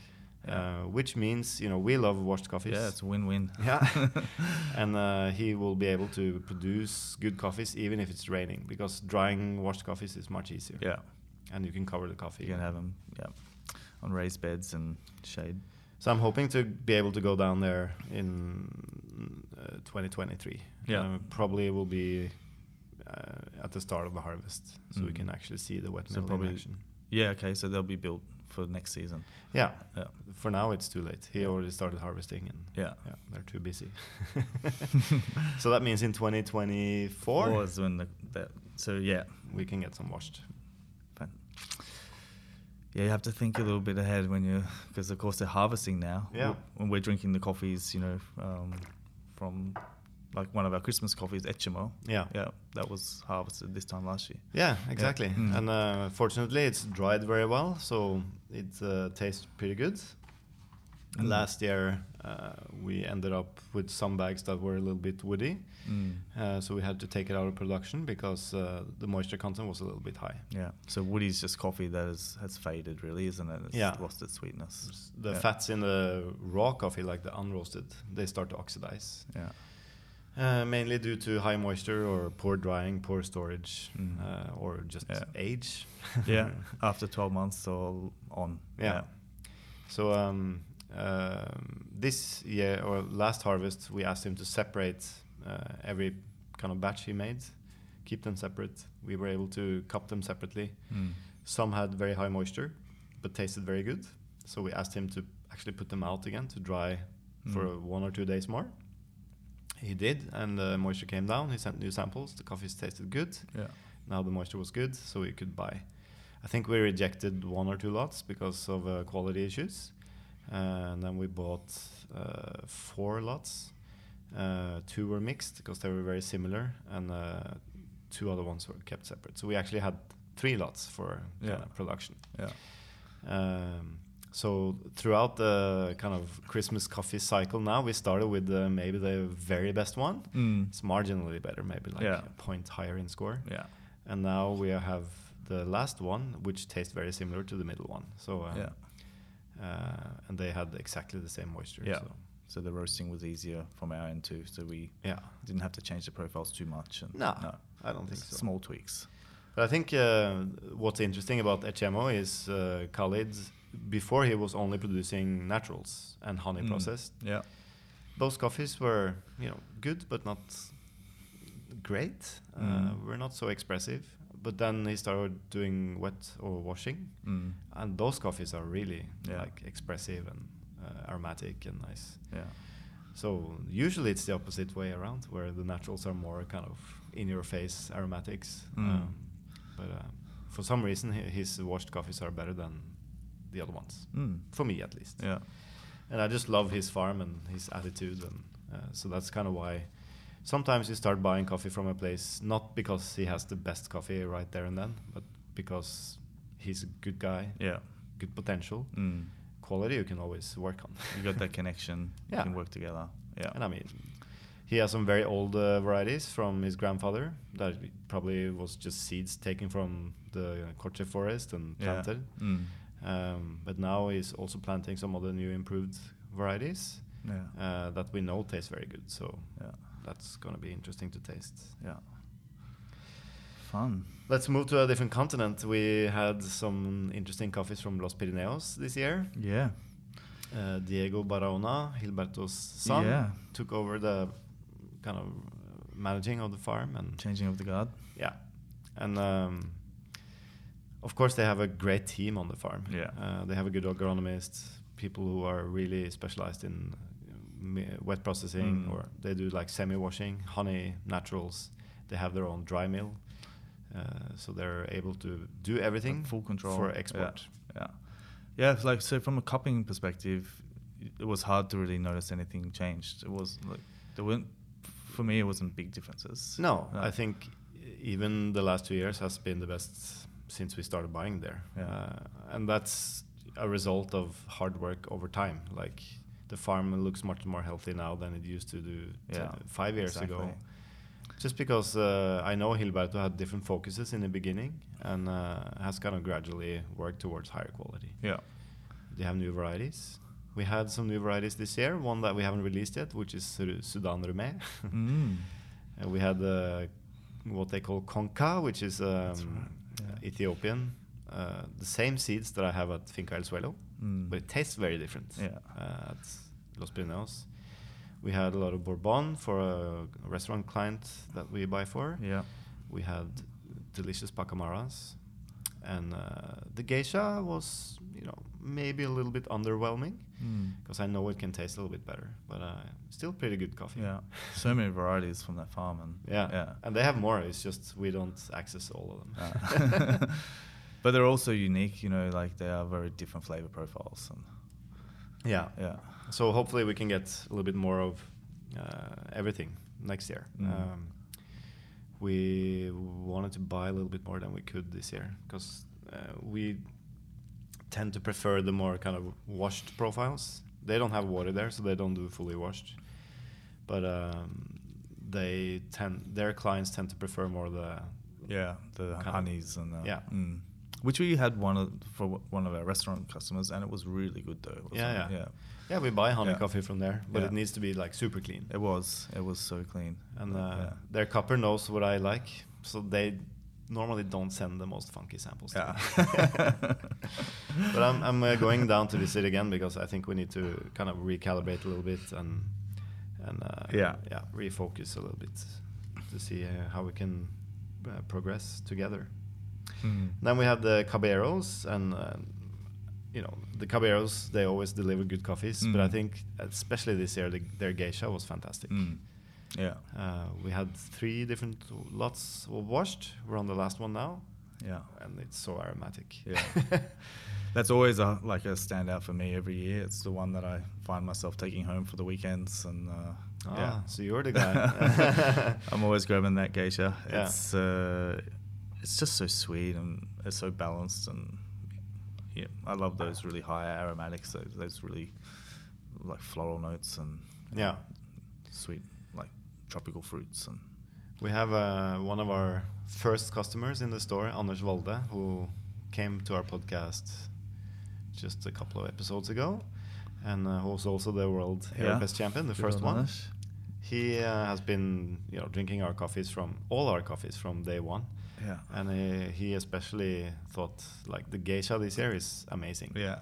[SPEAKER 2] Yeah.
[SPEAKER 1] uh, which means you know we love washed coffees.
[SPEAKER 2] yeah, it's win-win.
[SPEAKER 1] Yeah. and uh, he will be able to produce good coffees even if it's raining because drying washed coffees is much easier.
[SPEAKER 2] [laughs] yeah.
[SPEAKER 1] And you can cover the coffee.
[SPEAKER 2] You can have them. Yeah. On raised beds and shade.
[SPEAKER 1] So I'm hoping to be able to go down there in uh, 2023.
[SPEAKER 2] Yeah.
[SPEAKER 1] Um, probably will be uh, at the start of the harvest, so we
[SPEAKER 2] Mm.
[SPEAKER 1] can actually see the wet
[SPEAKER 2] So
[SPEAKER 1] mill
[SPEAKER 2] probably-
[SPEAKER 1] in action.
[SPEAKER 2] Yeah. Okay. So they'll be built for next season.
[SPEAKER 1] Yeah.
[SPEAKER 2] Yeah.
[SPEAKER 1] For now, it's too late. He already started harvesting, and
[SPEAKER 2] Yeah.
[SPEAKER 1] yeah, they're too busy. [laughs] so that means in 2024
[SPEAKER 2] Or is when the, that. So yeah.
[SPEAKER 1] we can get some washed.
[SPEAKER 2] But yeah, you have to think a little bit ahead when you, because of course they're harvesting now.
[SPEAKER 1] Yeah.
[SPEAKER 2] W- When we're drinking the coffees, you know, um, from like one of our Christmas coffees, Echimo.
[SPEAKER 1] Yeah.
[SPEAKER 2] Yeah, that was harvested this time last year.
[SPEAKER 1] Yeah, exactly.
[SPEAKER 2] Mm.
[SPEAKER 1] And uh, fortunately, it's dried very well, so it uh, tastes pretty good. And
[SPEAKER 2] Mm.
[SPEAKER 1] Last year, uh, we ended up with some bags that were a little bit woody,
[SPEAKER 2] Mm.
[SPEAKER 1] uh, so we had to take it out of production because uh, the moisture content was a little bit high.
[SPEAKER 2] Yeah. So Woody's just coffee that is, has faded, really, isn't it? It's
[SPEAKER 1] Yeah.
[SPEAKER 2] lost its sweetness.
[SPEAKER 1] The
[SPEAKER 2] Yeah.
[SPEAKER 1] fats in the raw coffee, like the unroasted, they start to oxidize,
[SPEAKER 2] Yeah.
[SPEAKER 1] uh, mainly due to high moisture or poor drying, poor storage,
[SPEAKER 2] Mm.
[SPEAKER 1] uh, or just
[SPEAKER 2] Yeah.
[SPEAKER 1] age.
[SPEAKER 2] Yeah. [laughs]
[SPEAKER 1] [laughs]
[SPEAKER 2] After 12 months or on.
[SPEAKER 1] Yeah. So um, um, this year or last harvest, we asked him to separate uh, every kind of batch he made, keep them separate. We were able to cup them separately.
[SPEAKER 2] Yeah. Mm.
[SPEAKER 1] Some had very high moisture, but tasted very good. So we asked him to actually put them out again to dry for
[SPEAKER 2] Mm.
[SPEAKER 1] one or two days more. He did, and the moisture came down. He sent new samples. The coffees tasted good.
[SPEAKER 2] Yeah.
[SPEAKER 1] Now the moisture was good, so we could buy. I think we rejected one or two lots because of uh, quality issues, and then we bought uh, four lots. Uh, two were mixed because they were very similar, and uh, two other ones were kept separate. So we actually had three lots for
[SPEAKER 2] Yeah.
[SPEAKER 1] kind of production.
[SPEAKER 2] Yeah.
[SPEAKER 1] Um, so throughout the kind of Christmas coffee cycle, now we started with uh, maybe the very best one.
[SPEAKER 2] Mm.
[SPEAKER 1] It's marginally better, maybe like
[SPEAKER 2] Yeah.
[SPEAKER 1] a point higher in score.
[SPEAKER 2] Yeah.
[SPEAKER 1] And now we have the last one, which tastes very similar to the middle one. So uh,
[SPEAKER 2] yeah.
[SPEAKER 1] uh, and they had exactly the same moisture.
[SPEAKER 2] Yeah.
[SPEAKER 1] So,
[SPEAKER 2] So the roasting was easier from our end too. So we
[SPEAKER 1] yeah.
[SPEAKER 2] didn't have to change the profiles too much. And
[SPEAKER 1] No, I don't think
[SPEAKER 2] just
[SPEAKER 1] so.
[SPEAKER 2] Small tweaks.
[SPEAKER 1] But I think uh, what's interesting about HMO is uh, Khalid, before he was only producing naturals and honey
[SPEAKER 2] Mm.
[SPEAKER 1] processed.
[SPEAKER 2] Yeah.
[SPEAKER 1] Those coffees were, you know, good but not great. Uh,
[SPEAKER 2] Mm.
[SPEAKER 1] were not so expressive. But then he started doing wet or washing,
[SPEAKER 2] Mm.
[SPEAKER 1] and those coffees are really
[SPEAKER 2] Yeah.
[SPEAKER 1] like expressive and uh, aromatic and nice.
[SPEAKER 2] Yeah.
[SPEAKER 1] So usually it's the opposite way around, where the naturals are more kind of in your face aromatics.
[SPEAKER 2] Mm.
[SPEAKER 1] Um, but uh, for some reason, hi- his washed coffees are better than the other ones,
[SPEAKER 2] Mm.
[SPEAKER 1] for me at least.
[SPEAKER 2] Yeah.
[SPEAKER 1] And I just love his farm and his attitude, and uh, so that's kind of why. Sometimes you start buying coffee from a place not because he has the best coffee right there and then, but because he's a good guy,
[SPEAKER 2] Yeah.
[SPEAKER 1] good potential,
[SPEAKER 2] Mm.
[SPEAKER 1] quality you can always work on.
[SPEAKER 2] You got that
[SPEAKER 1] [laughs]
[SPEAKER 2] connection.
[SPEAKER 1] Yeah.
[SPEAKER 2] You can work together. Yeah.
[SPEAKER 1] And I mean, he has some very old uh, varieties from his grandfather that probably was just seeds taken from the Corche forest and
[SPEAKER 2] yeah.
[SPEAKER 1] planted.
[SPEAKER 2] Mm.
[SPEAKER 1] Um, but now he's also planting some other new improved varieties
[SPEAKER 2] Yeah.
[SPEAKER 1] uh, that we know taste very good. So
[SPEAKER 2] yeah.
[SPEAKER 1] that's going to be interesting to taste.
[SPEAKER 2] Yeah. Fun.
[SPEAKER 1] Let's move to a different continent. We had some interesting coffees from Los Pirineos this year.
[SPEAKER 2] Yeah.
[SPEAKER 1] Uh, Diego Barona, Gilberto's son,
[SPEAKER 2] Yeah.
[SPEAKER 1] took over the kind of uh, managing of the farm and
[SPEAKER 2] Changing of the guard.
[SPEAKER 1] Yeah, and um, of course they have a great team on the farm.
[SPEAKER 2] Yeah.
[SPEAKER 1] uh, they have a good agronomist, people who are really specialized in uh, mi- wet processing,
[SPEAKER 2] Mm.
[SPEAKER 1] or they do like semi-washing, honey, naturals. They have their own dry mill, uh, so they're able to do everything
[SPEAKER 2] full control
[SPEAKER 1] for
[SPEAKER 2] yeah.
[SPEAKER 1] export.
[SPEAKER 2] Yeah, yeah. It's like so, from a cupping perspective, it was hard to really notice anything changed. It was like there weren't for me. It wasn't big differences.
[SPEAKER 1] No,
[SPEAKER 2] Yeah.
[SPEAKER 1] I think even the last two years has been the best since we started buying there.
[SPEAKER 2] Yeah.
[SPEAKER 1] Uh, and that's a result of hard work over time. Like the farm looks much more healthy now than it used to do ten-
[SPEAKER 2] Yeah,
[SPEAKER 1] five years ago.
[SPEAKER 2] exactly.
[SPEAKER 1] Just because uh, I know Hilberto had different focuses in the beginning and uh, has kind of gradually worked towards higher quality.
[SPEAKER 2] Yeah,
[SPEAKER 1] They have new varieties. We had some new varieties this year, one that we haven't released yet, which is Ru- Sudan [laughs] Rumé.
[SPEAKER 2] Mm.
[SPEAKER 1] And we had uh, what they call konka, which is
[SPEAKER 2] That's
[SPEAKER 1] um,
[SPEAKER 2] right, yeah.
[SPEAKER 1] Ethiopian. Uh, the same seeds that I have at Finca El Suelo,
[SPEAKER 2] Mm.
[SPEAKER 1] but it tastes very different
[SPEAKER 2] Yeah.
[SPEAKER 1] uh, at Los Pirineos. We had a lot of Bourbon for a restaurant client that we buy for.
[SPEAKER 2] yeah,
[SPEAKER 1] We had delicious Pacamaras. And uh, the geisha was, you know, maybe a little bit underwhelming
[SPEAKER 2] Mm.
[SPEAKER 1] because I know it can taste a little bit better, but uh, still pretty good coffee. [laughs]
[SPEAKER 2] yeah. So many varieties from that farm, and
[SPEAKER 1] Yeah. [laughs]
[SPEAKER 2] yeah. [laughs]
[SPEAKER 1] And they have more. It's just we don't access all of them.
[SPEAKER 2] [laughs] Uh, but they're also unique. You know, like they are very different flavor profiles, and
[SPEAKER 1] [laughs] yeah.
[SPEAKER 2] yeah,
[SPEAKER 1] So hopefully we can get a little bit more of uh, everything next year.
[SPEAKER 2] Mm.
[SPEAKER 1] Um, we wanted to buy a little bit more than we could this year because uh, we tend to prefer the more kind of washed profiles. They don't have water there, so they don't do fully washed. But um, they tend their clients tend to prefer more the
[SPEAKER 2] Yeah, the
[SPEAKER 1] Kind of-
[SPEAKER 2] honeys and the,
[SPEAKER 1] yeah.
[SPEAKER 2] mm. which we had one of, for one of our restaurant customers, and it was really good though. wasn't
[SPEAKER 1] Yeah,
[SPEAKER 2] it?
[SPEAKER 1] yeah.
[SPEAKER 2] yeah.
[SPEAKER 1] Yeah, we buy honey
[SPEAKER 2] Yeah.
[SPEAKER 1] coffee from there, but it
[SPEAKER 2] Yeah.
[SPEAKER 1] needs to be like super clean.
[SPEAKER 2] It was, it was so clean,
[SPEAKER 1] And uh,
[SPEAKER 2] yeah.
[SPEAKER 1] their copper knows what I like, so they normally don't send the most funky samples. To
[SPEAKER 2] [laughs] Yeah.
[SPEAKER 1] me. but I'm, I'm uh, going down to visit again because I think we need to kind of recalibrate a little bit and and uh,
[SPEAKER 2] Yeah.
[SPEAKER 1] yeah refocus a little bit to see uh, how we can uh, progress together.
[SPEAKER 2] Mm.
[SPEAKER 1] Then we have the Caballeros, and uh, you know the Caballeros. They always deliver good coffees, but I
[SPEAKER 2] Mm.
[SPEAKER 1] think especially this year the, their geisha was fantastic.
[SPEAKER 2] Mm. yeah,
[SPEAKER 1] Uh, we had three different lots were washed. We're on the last one now,
[SPEAKER 2] yeah.
[SPEAKER 1] and it's so aromatic.
[SPEAKER 2] Yeah. That's always a, like a standout for me every year. It's the one that I find myself taking home for the weekends, and uh,
[SPEAKER 1] [laughs] Ah,
[SPEAKER 2] yeah.
[SPEAKER 1] so you're the [laughs] guy.
[SPEAKER 2] [laughs] I'm always grabbing that geisha.
[SPEAKER 1] Yeah.
[SPEAKER 2] It's uh, it's just so sweet and it's so balanced and yeah, I love those really high aromatics. Those, those really like floral notes and
[SPEAKER 1] yeah,
[SPEAKER 2] sweet like tropical fruits and
[SPEAKER 1] we have uh, one of our first customers in the store, Anders Volde, who came to our podcast just a couple of episodes ago, and uh, who was also the world
[SPEAKER 2] Yeah.
[SPEAKER 1] Herpes champion, the
[SPEAKER 2] Good
[SPEAKER 1] first
[SPEAKER 2] on
[SPEAKER 1] one.
[SPEAKER 2] Anders.
[SPEAKER 1] He uh, has been, you know, drinking our coffees from all our coffees from day one,
[SPEAKER 2] Yeah.
[SPEAKER 1] and he, he especially thought like the geisha this year is amazing. Uh,
[SPEAKER 2] Yeah.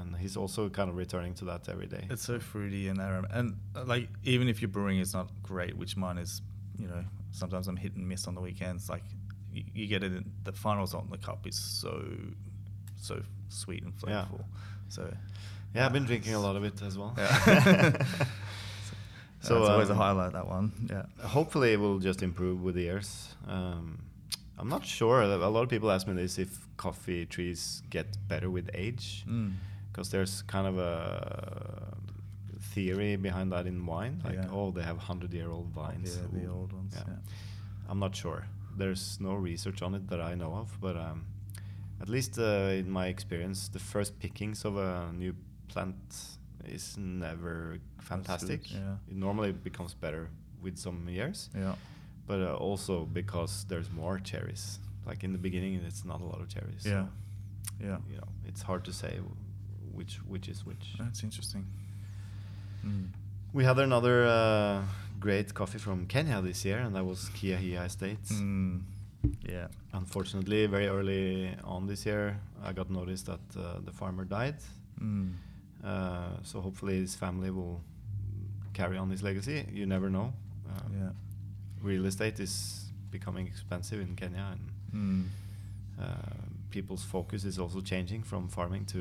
[SPEAKER 1] and he's also kind of returning to that every day.
[SPEAKER 2] It's so fruity and aromatic. And uh, like, even if your brewing is not great, which mine is, you know, sometimes I'm hit and miss on the weekends. Like, you, you get it in the final result in the cup is so, so sweet and
[SPEAKER 1] Yeah.
[SPEAKER 2] flavorful. So, uh,
[SPEAKER 1] yeah, I've been drinking a lot of it as well.
[SPEAKER 2] Yeah. [laughs]
[SPEAKER 1] [laughs] So,
[SPEAKER 2] so it's always a
[SPEAKER 1] um,
[SPEAKER 2] highlight, that one. Yeah.
[SPEAKER 1] Hopefully, it will just improve with the years. Um, I'm not sure. A lot of people ask me this if coffee trees get better with age,
[SPEAKER 2] Mm.
[SPEAKER 1] because there's kind of a theory behind that in wine. Like,
[SPEAKER 2] Yeah.
[SPEAKER 1] oh, they have hundred-year-old vines.
[SPEAKER 2] Yeah, the
[SPEAKER 1] Ooh.
[SPEAKER 2] old ones.
[SPEAKER 1] Yeah.
[SPEAKER 2] Yeah.
[SPEAKER 1] I'm not sure. There's no research on it that I know of, but um, at least uh, in my experience, the first pickings of a new plant is never fantastic.
[SPEAKER 2] yeah.
[SPEAKER 1] It normally becomes better with some years,
[SPEAKER 2] Yeah.
[SPEAKER 1] but uh, also because there's more cherries. Like in the beginning, it's not a lot of cherries. so,
[SPEAKER 2] Yeah. Yeah.
[SPEAKER 1] you know, it's hard to say wh- which which is which.
[SPEAKER 2] That's interesting. Mm.
[SPEAKER 1] We had another uh, great coffee from Kenya this year, and that was Kia Hia Estates.
[SPEAKER 2] Mm. Yeah.
[SPEAKER 1] Unfortunately, very early on this year, I got notice that uh, the farmer died.
[SPEAKER 2] Mm.
[SPEAKER 1] Uh, so hopefully, his family will carry on his legacy. You never know. Uh,
[SPEAKER 2] Yeah.
[SPEAKER 1] Real estate is becoming expensive in Kenya, and
[SPEAKER 2] Mm.
[SPEAKER 1] uh, people's focus is also changing from farming to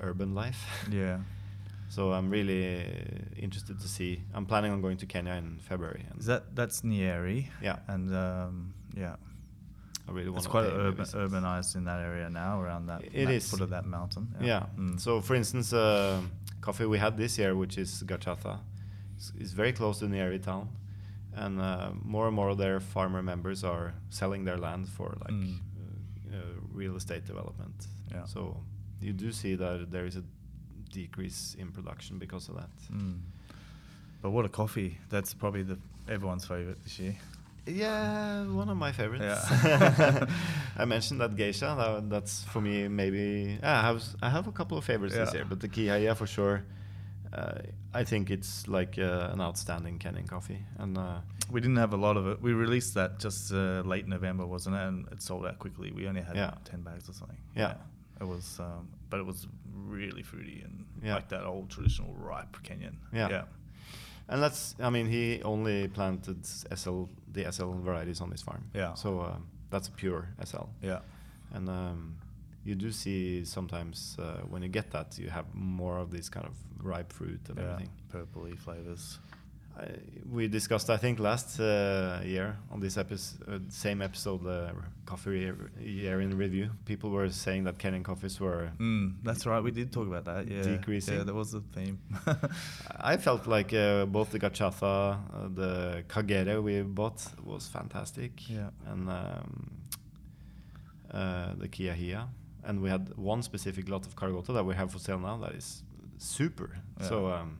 [SPEAKER 1] urban life. [laughs]
[SPEAKER 2] Yeah.
[SPEAKER 1] so I'm really interested to see. I'm planning on going to Kenya in February. And
[SPEAKER 2] Is that that's Nyeri?
[SPEAKER 1] Yeah.
[SPEAKER 2] And um, yeah,
[SPEAKER 1] I really want
[SPEAKER 2] it's
[SPEAKER 1] to
[SPEAKER 2] quite
[SPEAKER 1] pay my
[SPEAKER 2] urban,
[SPEAKER 1] visit.
[SPEAKER 2] urbanized in that area now, around that
[SPEAKER 1] It
[SPEAKER 2] that
[SPEAKER 1] is.
[SPEAKER 2] foot of that mountain.
[SPEAKER 1] Yeah.
[SPEAKER 2] Mm.
[SPEAKER 1] So, for instance, uh, coffee we had this year, which is Gachata, is- is very close to Nyeri town, and uh, more and more of their farmer members are selling their land for like
[SPEAKER 2] Mm.
[SPEAKER 1] uh, uh, real estate development.
[SPEAKER 2] Yeah.
[SPEAKER 1] So you do see that there is a decrease in production because of that.
[SPEAKER 2] Mm. But what a coffee! That's probably the everyone's favorite this year.
[SPEAKER 1] Yeah, one of my favorites.
[SPEAKER 2] Yeah.
[SPEAKER 1] [laughs]
[SPEAKER 2] [laughs]
[SPEAKER 1] I mentioned that geisha. That, that's for me maybe. yeah, I have s- I have a couple of favorites this
[SPEAKER 2] Yeah.
[SPEAKER 1] year, but the Kihaya for sure. Uh, I think it's like uh, an outstanding Kenyan coffee, and uh,
[SPEAKER 2] We didn't have a lot of it. We released that just uh, late November, wasn't it? And it sold out quickly. We only had
[SPEAKER 1] Yeah.
[SPEAKER 2] ten bags or something.
[SPEAKER 1] Yeah.
[SPEAKER 2] It was, um, but it was really fruity and
[SPEAKER 1] Yeah.
[SPEAKER 2] like that old traditional ripe Kenyan.
[SPEAKER 1] Yeah.
[SPEAKER 2] Yeah.
[SPEAKER 1] and that's. I mean, he only planted SL the SL varieties on his farm.
[SPEAKER 2] Yeah.
[SPEAKER 1] So uh, that's pure SL,
[SPEAKER 2] Yeah.
[SPEAKER 1] and um, you do see sometimes uh, when you get that, you have more of this kind of ripe fruit and
[SPEAKER 2] yeah.
[SPEAKER 1] everything.
[SPEAKER 2] Purpley flavors.
[SPEAKER 1] I, we discussed, I think, last uh, year on this episode, same episode, uh, coffee year, year in review. People were saying that Kenyan coffees were.
[SPEAKER 2] Mm, that's right. We did talk about that. Yeah,
[SPEAKER 1] Decreasing.
[SPEAKER 2] Yeah, that was the theme.
[SPEAKER 1] [laughs] I felt like uh, both the Gachafa, uh, the Kagere we bought was fantastic,
[SPEAKER 2] Yeah.
[SPEAKER 1] and um, uh, the Kia Hia, and we had one specific lot of Kargota that we have for sale now that is super.
[SPEAKER 2] Yeah.
[SPEAKER 1] So. Um,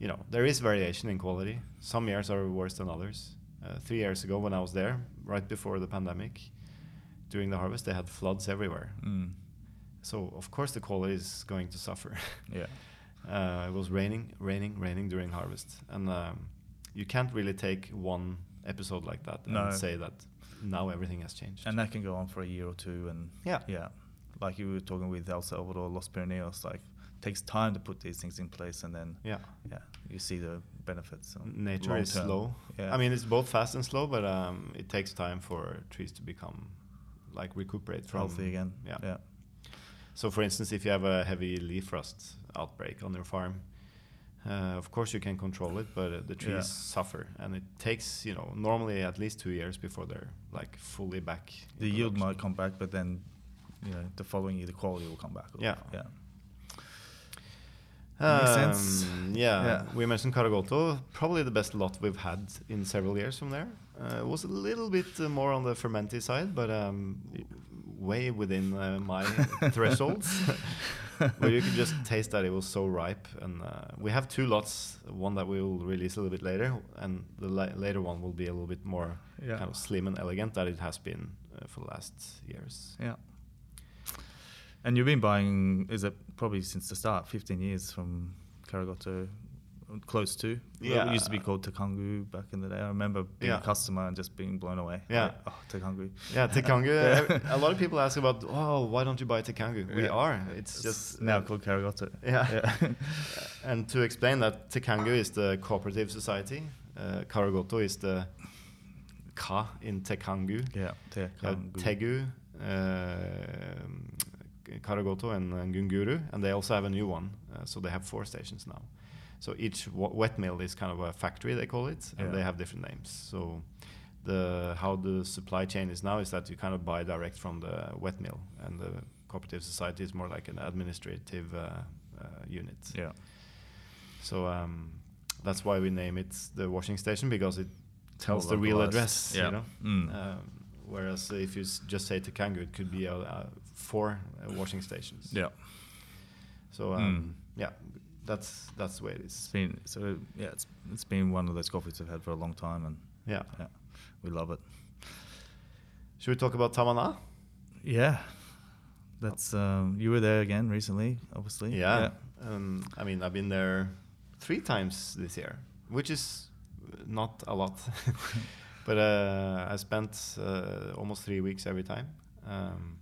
[SPEAKER 1] you know, there is variation in quality. Some years are worse than others. Uh, three years ago, when I was there, right before the pandemic, during the harvest, they had floods everywhere.
[SPEAKER 2] Mm,
[SPEAKER 1] So of course, the quality is going to suffer. [laughs]
[SPEAKER 2] yeah,
[SPEAKER 1] uh, it was raining, raining, raining during harvest, and um, you can't really take one episode like that
[SPEAKER 2] No.
[SPEAKER 1] and say that now everything has changed.
[SPEAKER 2] and that can go on for a year or two, and
[SPEAKER 1] Yeah.
[SPEAKER 2] yeah, like you were talking with El Salvador, Los Pirineos, like takes time to put these things in place, and then
[SPEAKER 1] yeah.
[SPEAKER 2] yeah, you see the benefits. on
[SPEAKER 1] Nature
[SPEAKER 2] long
[SPEAKER 1] is
[SPEAKER 2] term.
[SPEAKER 1] slow.
[SPEAKER 2] Yeah.
[SPEAKER 1] I mean, it's both fast and slow, but um, it takes time for trees to become, like, recuperate from
[SPEAKER 2] healthy again.
[SPEAKER 1] Yeah.
[SPEAKER 2] yeah,
[SPEAKER 1] So, for instance, if you have a heavy leaf rust outbreak on your farm, uh, of course you can control it, but uh, the trees
[SPEAKER 2] Yeah.
[SPEAKER 1] suffer, and it takes you know normally at least two years before they're like fully back. in
[SPEAKER 2] the yield
[SPEAKER 1] production.
[SPEAKER 2] might come back, but then you know the following year the quality will come back.
[SPEAKER 1] Yeah.
[SPEAKER 2] yeah, Makes
[SPEAKER 1] Um,
[SPEAKER 2] sense.
[SPEAKER 1] Yeah,
[SPEAKER 2] Yeah.
[SPEAKER 1] we mentioned Caragoto, probably the best lot we've had in several years from there. Uh, it was a little bit uh, more on the fermenty side, but um, w- way within uh,
[SPEAKER 2] [laughs]
[SPEAKER 1] my thresholds. Where you could just taste that it was so ripe, and uh, we have two lots. One that we will release a little bit later, and the la- later one will be a little bit more
[SPEAKER 2] Yeah.
[SPEAKER 1] kind of slim and elegant that it has been uh, for the last years.
[SPEAKER 2] Yeah. And you've been buying, is it probably since the start, 15 years from Karagoto close to.
[SPEAKER 1] Yeah.
[SPEAKER 2] It used to be called Takangu back in the day. I remember being
[SPEAKER 1] Yeah.
[SPEAKER 2] a customer and just being blown away.
[SPEAKER 1] Yeah.
[SPEAKER 2] Like, oh, Takangu.
[SPEAKER 1] Yeah, Tekangu.
[SPEAKER 2] [laughs] Yeah.
[SPEAKER 1] every- A lot of people ask about, oh, why don't you buy Tekangu? We
[SPEAKER 2] Yeah.
[SPEAKER 1] are. It's just
[SPEAKER 2] now called Karagoto.
[SPEAKER 1] Yeah. [laughs] And to explain that, Tekangu is the cooperative society. Uh, Karagoto is the ka in Tekangu.
[SPEAKER 2] yeah. yeah.
[SPEAKER 1] Uh,
[SPEAKER 2] Takangu.
[SPEAKER 1] Tegu, um, Karagoto, and, and Gunguru. And they also have a new one. Uh, so they have four stations now. So each wa- wet mill is kind of a factory, they call it, and
[SPEAKER 2] Yeah.
[SPEAKER 1] they have different names. So the how the supply chain is now is that you kind of buy direct from the wet mill, and the cooperative society is more like an administrative uh, uh, unit.
[SPEAKER 2] Yeah.
[SPEAKER 1] So um, that's why we name it the washing station because it tells the
[SPEAKER 2] More
[SPEAKER 1] real
[SPEAKER 2] localized.
[SPEAKER 1] address.
[SPEAKER 2] Yeah.
[SPEAKER 1] You know?
[SPEAKER 2] Mm.
[SPEAKER 1] um, whereas if you s- just say Tekangu, it could be uh, uh, four uh, washing stations.
[SPEAKER 2] Yeah.
[SPEAKER 1] So um, yeah, that's that's the way it
[SPEAKER 2] It's
[SPEAKER 1] is.
[SPEAKER 2] been so yeah. It's it's been one of those coffees we've had for a long time, and
[SPEAKER 1] Yeah.
[SPEAKER 2] yeah, we love it.
[SPEAKER 1] Should we talk about Tamana?
[SPEAKER 2] Yeah. That's um, you were there again recently, obviously.
[SPEAKER 1] Yeah. Um, I mean, I've been there three times this year, which is uh, not a lot, [laughs] but uh, I spent uh, almost three weeks every time. Um,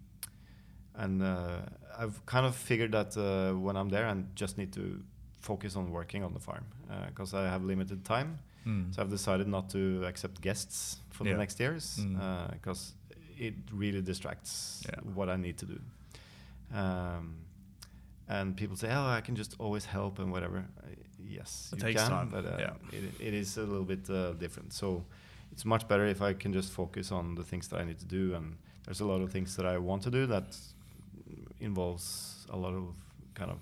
[SPEAKER 1] and uh, I've kind of figured that uh, when I'm there, I just need to focus on working on the farm because I have limited time.
[SPEAKER 2] Mm.
[SPEAKER 1] So I've decided not to accept guests for
[SPEAKER 2] Yeah.
[SPEAKER 1] the next years
[SPEAKER 2] Mm.
[SPEAKER 1] because it really distracts
[SPEAKER 2] Yeah.
[SPEAKER 1] what I need to do. Um, and people say, "Oh, I can just always help and whatever." Uh, yes,
[SPEAKER 2] It
[SPEAKER 1] you
[SPEAKER 2] takes
[SPEAKER 1] can,
[SPEAKER 2] time,
[SPEAKER 1] but uh,
[SPEAKER 2] yeah.
[SPEAKER 1] it, it is a little bit uh, different. So it's much better if I can just focus on the things that I need to do. And there's a lot of things that I want to do that involves a lot of kind of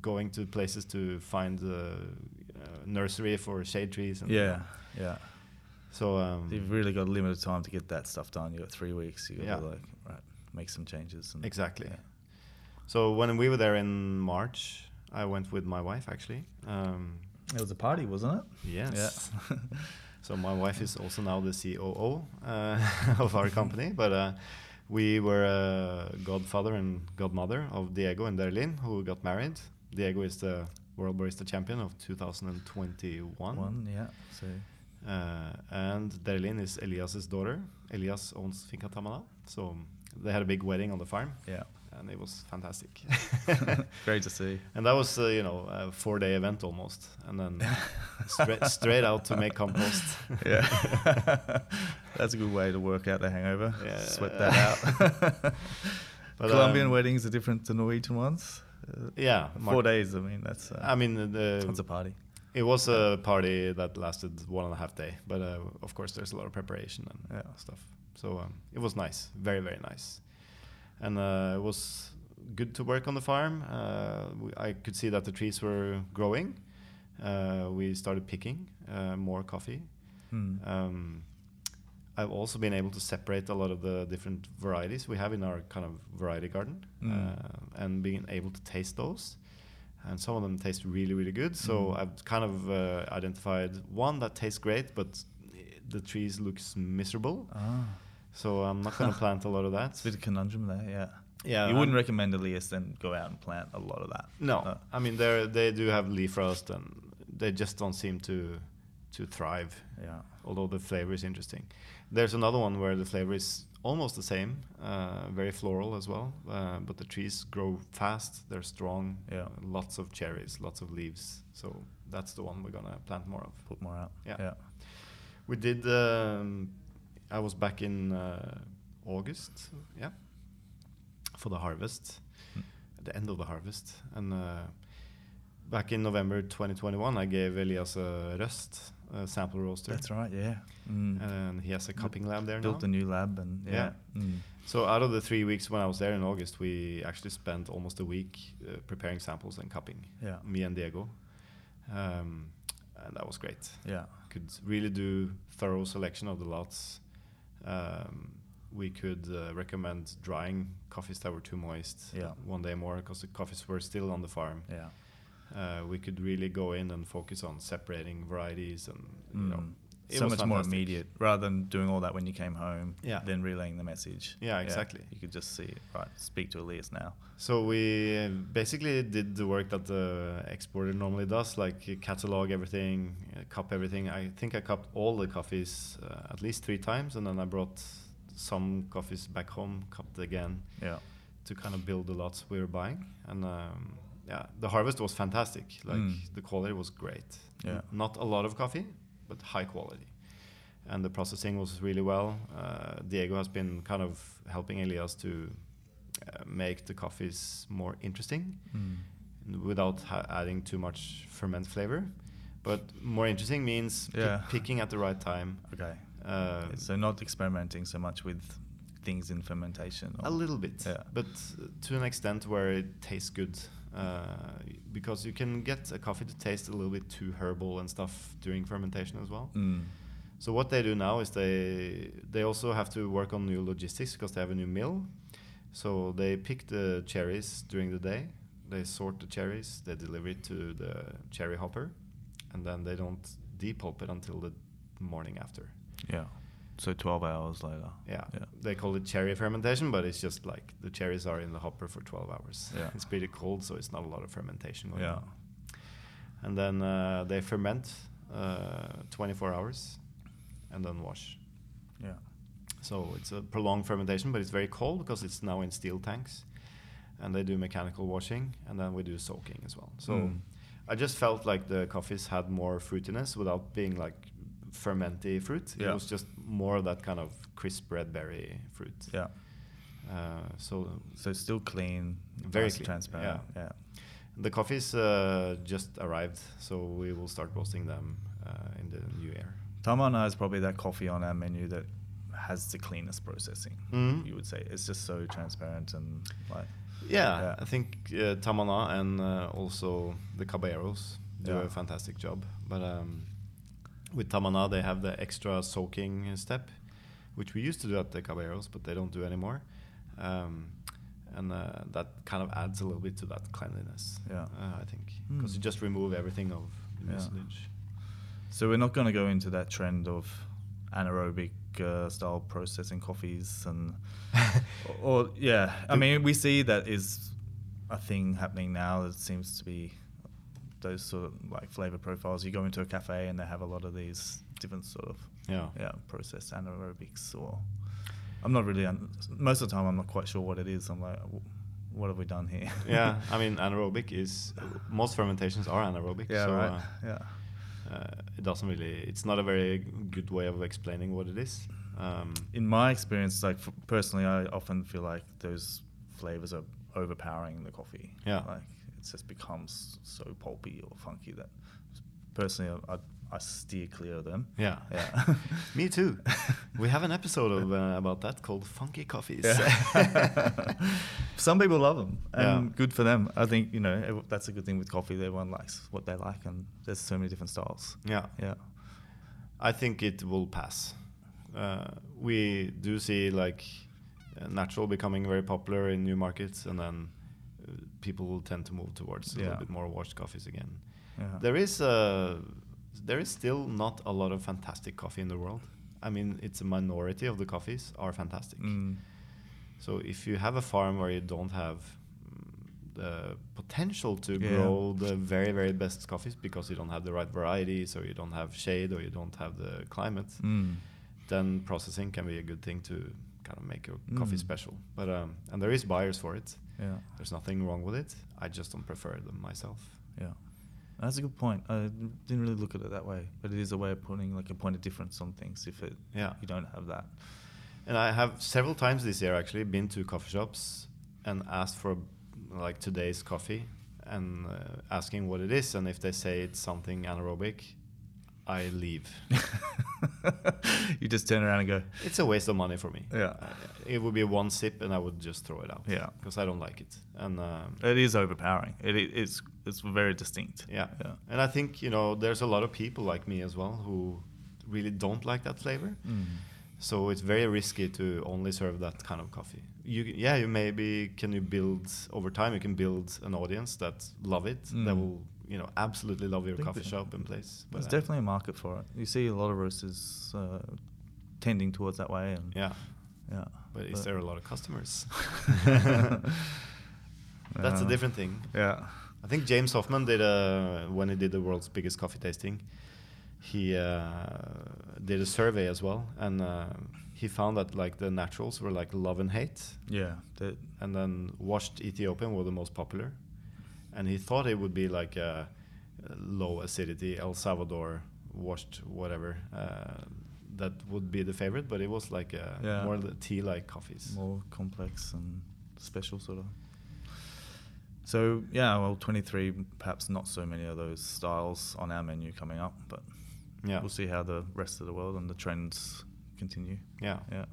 [SPEAKER 1] going to places to find uh, uh, nursery for shade trees. And
[SPEAKER 2] Yeah. Yeah.
[SPEAKER 1] So um,
[SPEAKER 2] You've really got limited time to get that stuff done. You got three weeks. You got
[SPEAKER 1] Yeah.
[SPEAKER 2] to like right, make some changes. And
[SPEAKER 1] Exactly.
[SPEAKER 2] Yeah.
[SPEAKER 1] so when we were there in March, I went with my wife actually. Um,
[SPEAKER 2] It was a party, wasn't it?
[SPEAKER 1] Yes. [laughs]
[SPEAKER 2] Yeah.
[SPEAKER 1] So my wife is also now the COO uh, [laughs] of our
[SPEAKER 2] [laughs]
[SPEAKER 1] company, but uh, we were uh, godfather and godmother of Diego and Derlin, who got married. Diego is the World Barista Champion of 2021,
[SPEAKER 2] One. Yeah. So
[SPEAKER 1] Uh, and Derlin is Elias's daughter. Elias owns Finca Tamana, so they had a big wedding on the farm,
[SPEAKER 2] yeah.
[SPEAKER 1] and it was fantastic. [laughs]
[SPEAKER 2] Great to see.
[SPEAKER 1] And that was, uh, you know, a four day event almost. And
[SPEAKER 2] [laughs]
[SPEAKER 1] then stra- straight out to make compost.
[SPEAKER 2] yeah. [laughs] That's a good way to work out the hangover.
[SPEAKER 1] Yeah.
[SPEAKER 2] Sweat that out.
[SPEAKER 1] [laughs] But,
[SPEAKER 2] Colombian
[SPEAKER 1] um,
[SPEAKER 2] weddings are different to Norwegian ones. Uh,
[SPEAKER 1] [laughs] Yeah,
[SPEAKER 2] Four
[SPEAKER 1] Mark-
[SPEAKER 2] days. I mean, that's. Uh,
[SPEAKER 1] I mean, the,
[SPEAKER 2] that's a party.
[SPEAKER 1] it was a party that lasted one and a half day. But uh, of course, there's a lot of preparation and
[SPEAKER 2] Yeah.
[SPEAKER 1] stuff. So um, it was nice, very, very nice. And uh, it was good to work on the farm. Uh, we, I could see that the trees were growing. Uh, we started picking uh, more coffee.
[SPEAKER 2] Hmm.
[SPEAKER 1] Um, I've also been able to separate a lot of the different varieties we have in our kind of variety garden
[SPEAKER 2] Mm.
[SPEAKER 1] uh, and being able to taste those. And some of them taste really, really good. So
[SPEAKER 2] Mm.
[SPEAKER 1] I've kind of uh, identified one that tastes great, but the trees looks miserable.
[SPEAKER 2] Ah,
[SPEAKER 1] So I'm not
[SPEAKER 2] [laughs]
[SPEAKER 1] going to plant a lot of that.
[SPEAKER 2] it's a bit of conundrum there. Yeah.
[SPEAKER 1] Yeah,
[SPEAKER 2] You wouldn't
[SPEAKER 1] I'm-
[SPEAKER 2] recommend Elias then go out and plant a lot of that. Uh,
[SPEAKER 1] No, I mean they they do have leaf rust, and they just don't seem to to thrive.
[SPEAKER 2] Yeah.
[SPEAKER 1] although the flavor is interesting. There's another one where the flavor is almost the same, uh, very floral as well, uh, but the trees grow fast, they're strong,
[SPEAKER 2] Yeah.
[SPEAKER 1] lots of cherries, lots of leaves. So that's the one we're gonna plant more of.
[SPEAKER 2] Put more out.
[SPEAKER 1] Yeah.
[SPEAKER 2] Yeah.
[SPEAKER 1] We did, um, I was back in uh, August, yeah, for the harvest,
[SPEAKER 2] Mm.
[SPEAKER 1] at the end of the harvest. And uh, back in November 2021, I gave Elias a rust, a sample roaster.
[SPEAKER 2] That's right. Yeah. Mm.
[SPEAKER 1] and he has a cupping lab there
[SPEAKER 2] Built
[SPEAKER 1] now.
[SPEAKER 2] a new lab and yeah. Mm.
[SPEAKER 1] so out of the three weeks when I was there in August, we actually spent almost a week uh, preparing samples and cupping.
[SPEAKER 2] Yeah.
[SPEAKER 1] Me and Diego, um, and that was great.
[SPEAKER 2] Yeah.
[SPEAKER 1] Could really do thorough selection of the lots. Um, we could uh, recommend drying coffees that were too moist
[SPEAKER 2] Yeah.
[SPEAKER 1] one day more because the coffees were still on the farm.
[SPEAKER 2] Yeah.
[SPEAKER 1] Uh, we could really go in and focus on separating varieties and you know
[SPEAKER 2] Mm. it
[SPEAKER 1] So
[SPEAKER 2] was
[SPEAKER 1] much
[SPEAKER 2] much more
[SPEAKER 1] fantastic.
[SPEAKER 2] immediate rather than doing all that when you came home.
[SPEAKER 1] Yeah.
[SPEAKER 2] Then relaying the message.
[SPEAKER 1] Yeah, exactly.
[SPEAKER 2] you could just see it. Right. Speak to Elias now.
[SPEAKER 1] So we uh, basically did the work that the exporter normally does, like you catalog everything, uh, cup everything. I think I cupped all the coffees uh, at least three times, and then I brought some coffees back home, cupped again
[SPEAKER 2] Yeah.
[SPEAKER 1] to kind of build the lots we were buying. And um, yeah, the harvest was fantastic. Like
[SPEAKER 2] Mm.
[SPEAKER 1] the quality was great.
[SPEAKER 2] Yeah.
[SPEAKER 1] Not a lot of coffee, but high quality. And the processing was really well. Uh, Diego has been kind of helping Elias to uh, make the coffees more interesting
[SPEAKER 2] Mm.
[SPEAKER 1] n- without ha- adding too much ferment flavor. But more interesting means pi-
[SPEAKER 2] Yeah.
[SPEAKER 1] picking at the right time.
[SPEAKER 2] Okay.
[SPEAKER 1] Uh,
[SPEAKER 2] so not experimenting so much with things in fermentation.
[SPEAKER 1] A little bit,
[SPEAKER 2] Oh, Yeah.
[SPEAKER 1] but uh, to an extent where it tastes good, uh, because you can get a coffee to taste a little bit too herbal and stuff during fermentation as well.
[SPEAKER 2] Mm.
[SPEAKER 1] So what they do now is they they also have to work on new logistics because they have a new mill. So they pick the cherries during the day. They sort the cherries. They deliver it to the cherry hopper, and then they don't depulp it until the morning after.
[SPEAKER 2] Yeah. So 12 hours later.
[SPEAKER 1] Yeah.
[SPEAKER 2] Yeah.
[SPEAKER 1] They call it cherry fermentation, but it's just like the cherries are in the hopper for 12 hours. [laughs]
[SPEAKER 2] Yeah.
[SPEAKER 1] it's pretty cold, so it's not a lot of fermentation going
[SPEAKER 2] Yeah.
[SPEAKER 1] on. And then uh, they ferment uh, 24 hours and then wash.
[SPEAKER 2] Yeah.
[SPEAKER 1] So it's a prolonged fermentation, but it's very cold because it's now in steel tanks. And they do mechanical washing, and then we do soaking as well. So
[SPEAKER 2] Mm.
[SPEAKER 1] I just felt like the coffees had more fruitiness without being like fermenty fruit. It
[SPEAKER 2] Yeah.
[SPEAKER 1] was just more of that kind of crisp red berry fruit.
[SPEAKER 2] Yeah.
[SPEAKER 1] Uh, so
[SPEAKER 2] So it's still clean,
[SPEAKER 1] Very
[SPEAKER 2] nice
[SPEAKER 1] clean,
[SPEAKER 2] and transparent. Yeah.
[SPEAKER 1] the coffees uh, just arrived, so we will start roasting them uh, in the new year.
[SPEAKER 2] Tamana is probably that coffee on our menu that has the cleanest processing.
[SPEAKER 1] Mhm.
[SPEAKER 2] You would say it's just so transparent and like
[SPEAKER 1] Yeah,
[SPEAKER 2] Yeah.
[SPEAKER 1] I think uh, Tamana and uh, also the Caballeros do
[SPEAKER 2] Yeah.
[SPEAKER 1] a fantastic job. But um, with Tamana, they have the extra soaking step, which we used to do at the Caballeros, but they don't do anymore. Um, and uh, that kind of adds a little bit to that cleanliness,
[SPEAKER 2] Yeah.
[SPEAKER 1] uh, I think, because
[SPEAKER 2] Mm.
[SPEAKER 1] you just remove everything of the
[SPEAKER 2] Yeah.
[SPEAKER 1] [laughs] mucilage.
[SPEAKER 2] So we're not going to go into that trend of anaerobic uh, style processing coffees and or, or- yeah, I
[SPEAKER 1] Do-
[SPEAKER 2] mean we see that is a thing happening now. It seems to be those sort of like flavor profiles. You go into a cafe and they have a lot of these different sort of
[SPEAKER 1] Yeah.
[SPEAKER 2] yeah processed anaerobics or I'm not really un- most of the time I'm not quite sure what it is. I'm like "Wh- what have we done here?
[SPEAKER 1] yeah,
[SPEAKER 2] [laughs]
[SPEAKER 1] I mean anaerobic is most fermentations are anaerobic.
[SPEAKER 2] yeah,
[SPEAKER 1] so
[SPEAKER 2] right.
[SPEAKER 1] uh,
[SPEAKER 2] yeah.
[SPEAKER 1] uh, it doesn't really. It's not a very good way of explaining what it is. Um,
[SPEAKER 2] in my experience, like f- personally, I often feel like those flavors are overpowering the coffee.
[SPEAKER 1] Yeah.
[SPEAKER 2] like it just becomes so pulpy or funky that personally, I, I, I steer clear of them.
[SPEAKER 1] yeah,
[SPEAKER 2] Yeah.
[SPEAKER 1] [laughs] me
[SPEAKER 2] [laughs]
[SPEAKER 1] too. We have an episode of uh, about that called Funky Coffees. [laughs]
[SPEAKER 2] Yeah. [laughs] Some people love them, and
[SPEAKER 1] Yeah.
[SPEAKER 2] good for them. I think you know ev- that's a good thing with coffee. Everyone likes what they like, and there's so many different styles.
[SPEAKER 1] yeah,
[SPEAKER 2] Yeah,
[SPEAKER 1] I think it will pass. Uh, we do see like uh, natural becoming very popular in new markets, and then uh, people will tend to move towards a
[SPEAKER 2] Yeah.
[SPEAKER 1] little bit more washed coffees again.
[SPEAKER 2] yeah.
[SPEAKER 1] There is uh there is still not a lot of fantastic coffee in the world. I mean, it's a minority of the coffees are fantastic.
[SPEAKER 2] Mm.
[SPEAKER 1] So if you have a farm where you don't have mm, the potential to
[SPEAKER 2] Yeah.
[SPEAKER 1] grow the very very best coffees because you don't have the right varieties or you don't have shade or you don't have the climate,
[SPEAKER 2] Mm.
[SPEAKER 1] then processing can be a good thing to kind of make your coffee
[SPEAKER 2] Mm.
[SPEAKER 1] special. But um, and there is buyers for it.
[SPEAKER 2] Yeah.
[SPEAKER 1] There's nothing wrong with it. I just don't prefer them myself.
[SPEAKER 2] Yeah, that's a good point. I didn't really look at it that way, but it is a way of putting like a point of difference on things. If it,
[SPEAKER 1] Yeah.
[SPEAKER 2] you don't have
[SPEAKER 1] [laughs]
[SPEAKER 2] that.
[SPEAKER 1] And I have several times this year actually been to coffee shops and asked for like today's coffee and uh, asking what it is. And if they say it's something anaerobic, I
[SPEAKER 2] [laughs]
[SPEAKER 1] leave.
[SPEAKER 2] you just turn around and go,
[SPEAKER 1] it's a waste of money for me.
[SPEAKER 2] Yeah.
[SPEAKER 1] Uh, it would be one sip and I would just throw it out.
[SPEAKER 2] Yeah.
[SPEAKER 1] Because I don't like it. And um,
[SPEAKER 2] it is overpowering. It, it it's it's very distinct.
[SPEAKER 1] yeah.
[SPEAKER 2] yeah,
[SPEAKER 1] And I think, you know, there's a lot of people like me as well who really don't like that flavor.
[SPEAKER 2] Mm.
[SPEAKER 1] So it's very risky to only serve that kind of coffee. You yeah, you maybe can you build over time. You can build an audience that love it. That
[SPEAKER 2] Mm.
[SPEAKER 1] will you know absolutely love your
[SPEAKER 2] think
[SPEAKER 1] coffee
[SPEAKER 2] that-
[SPEAKER 1] shop and place.
[SPEAKER 2] There's
[SPEAKER 1] uh,
[SPEAKER 2] definitely a market for it. You see a lot of roasters uh, tending towards that way, and
[SPEAKER 1] yeah.
[SPEAKER 2] yeah.
[SPEAKER 1] But is there a lot of
[SPEAKER 2] [laughs]
[SPEAKER 1] customers? [laughs] That's
[SPEAKER 2] That's
[SPEAKER 1] a different thing.
[SPEAKER 2] Yeah.
[SPEAKER 1] I think James Hoffman did a when he did the world's biggest coffee tasting. He uh, did a survey as well, and uh, he found that like the naturals were like love and hate,
[SPEAKER 2] Yeah. That,
[SPEAKER 1] and then washed Ethiopian were the most popular, and he thought it would be like uh, low acidity El Salvador washed whatever uh, that would be the favorite, but it was like uh,
[SPEAKER 2] Yeah.
[SPEAKER 1] more tea like coffees.
[SPEAKER 2] more complex and special sort of. So yeah, well, 23, perhaps not so many of those styles on our menu coming up, but
[SPEAKER 1] Yeah.
[SPEAKER 2] we'll see how the rest of the world and the trends continue.
[SPEAKER 1] Yeah.
[SPEAKER 2] Yeah.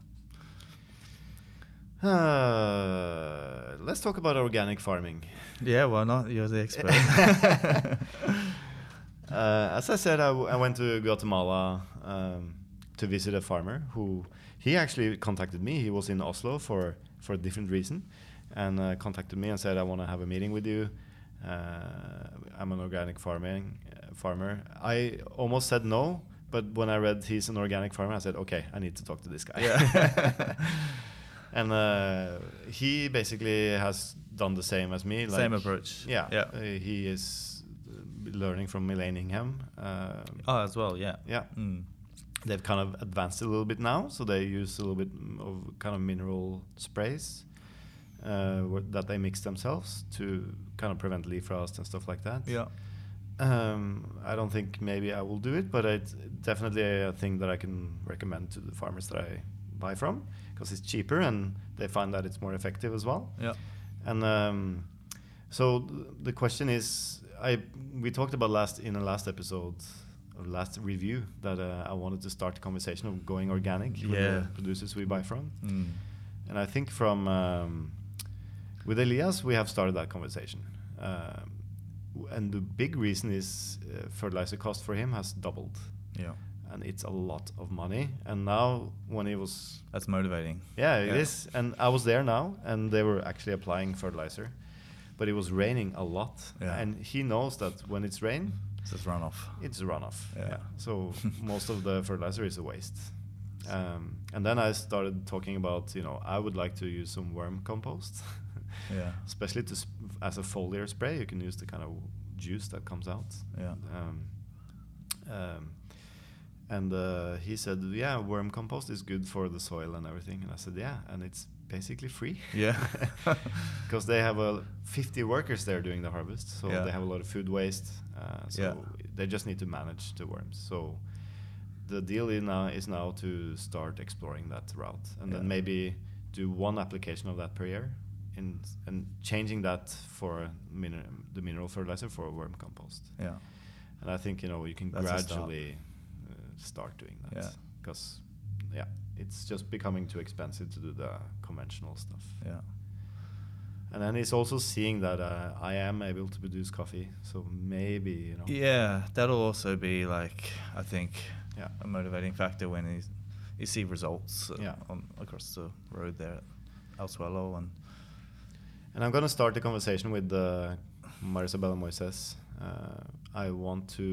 [SPEAKER 1] Uh, let's talk about organic farming.
[SPEAKER 2] Yeah, why not? You're the
[SPEAKER 1] [laughs]
[SPEAKER 2] expert.
[SPEAKER 1] Uh, as I said, I, w- I went to Guatemala um, to visit a farmer who he actually contacted me. He was in Oslo for for a different reason, and uh, contacted me and said, "I want to have a meeting with you. Uh, I'm an organic farming uh, farmer." I almost said no, but when I read he's an organic farmer, I said, "Okay, I need to talk to this guy."
[SPEAKER 2] Yeah.
[SPEAKER 1] [laughs]
[SPEAKER 2] [laughs]
[SPEAKER 1] and uh, he basically has done the same as me.
[SPEAKER 2] Same approach.
[SPEAKER 1] Yeah.
[SPEAKER 2] Yeah.
[SPEAKER 1] Uh, he is uh, learning from Milane Ingham. Um,
[SPEAKER 2] oh, as well, yeah.
[SPEAKER 1] Yeah.
[SPEAKER 2] Mm.
[SPEAKER 1] They've kind of advanced a little bit now, so they use a little bit mm, of kind of mineral sprays uh, wh- that they mix themselves to kind of prevent leaf rust and stuff like that.
[SPEAKER 2] Yeah.
[SPEAKER 1] Um, I don't think maybe I will do it, but it's definitely a thing that I can recommend to the farmers that I buy from because it's cheaper and they find that it's more effective as well.
[SPEAKER 2] Yeah.
[SPEAKER 1] And um, so th- the question is, I we talked about last in the last episode, or last review, that uh, I wanted to start the conversation of going organic with
[SPEAKER 2] Yeah.
[SPEAKER 1] the producers we buy from,
[SPEAKER 2] Mm.
[SPEAKER 1] and I think from um, with Elias we have started that conversation, um, w- and the big reason is uh, fertilizer cost for him has doubled,
[SPEAKER 2] Yeah.
[SPEAKER 1] and it's a lot of money. And now when he was
[SPEAKER 2] That's motivating.
[SPEAKER 1] yeah, it is,
[SPEAKER 2] Yeah.
[SPEAKER 1] And I was there now, and they were actually applying fertilizer, but it was raining a lot.
[SPEAKER 2] Yeah.
[SPEAKER 1] And he knows that when it's rain,
[SPEAKER 2] It's just runoff.
[SPEAKER 1] it's runoff.
[SPEAKER 2] Yeah.
[SPEAKER 1] So [laughs] most of the fertilizer is a waste. Um, and then I started talking about, you know, I would like to use some worm compost, [laughs]
[SPEAKER 2] Yeah.
[SPEAKER 1] especially to sp- as a foliar spray. You can use the kind of juice that comes out.
[SPEAKER 2] Yeah.
[SPEAKER 1] Um, um, and uh, he said, "Yeah, worm compost is good for the soil and everything." And I said, "Yeah, and it's basically free." [laughs]
[SPEAKER 2] Yeah.
[SPEAKER 1] because they have a 50 workers there doing the harvest, so
[SPEAKER 2] Yeah.
[SPEAKER 1] they have a lot of food waste. Uh, so
[SPEAKER 2] Yeah.
[SPEAKER 1] they just need to manage the worms. So the deal is now is now to start exploring that route, and
[SPEAKER 2] Yeah.
[SPEAKER 1] then maybe do one application of that per year, in, and changing that for miner- the mineral fertilizer for worm compost.
[SPEAKER 2] Yeah.
[SPEAKER 1] And I think you know you can
[SPEAKER 2] That's a start.
[SPEAKER 1] gradually uh, start doing that
[SPEAKER 2] Yeah.
[SPEAKER 1] because yeah. it's just becoming too expensive to do the conventional stuff.
[SPEAKER 2] Yeah.
[SPEAKER 1] And then it's also seeing that uh, I am able to produce coffee, so maybe you know.
[SPEAKER 2] Yeah, that'll also be like I think
[SPEAKER 1] Yeah.
[SPEAKER 2] a motivating factor when he's, you see results uh,
[SPEAKER 1] Yeah.
[SPEAKER 2] on across the road there at El Suelo and
[SPEAKER 1] And I'm gonna start the conversation with uh, Marisabella Moises. Uh, I want to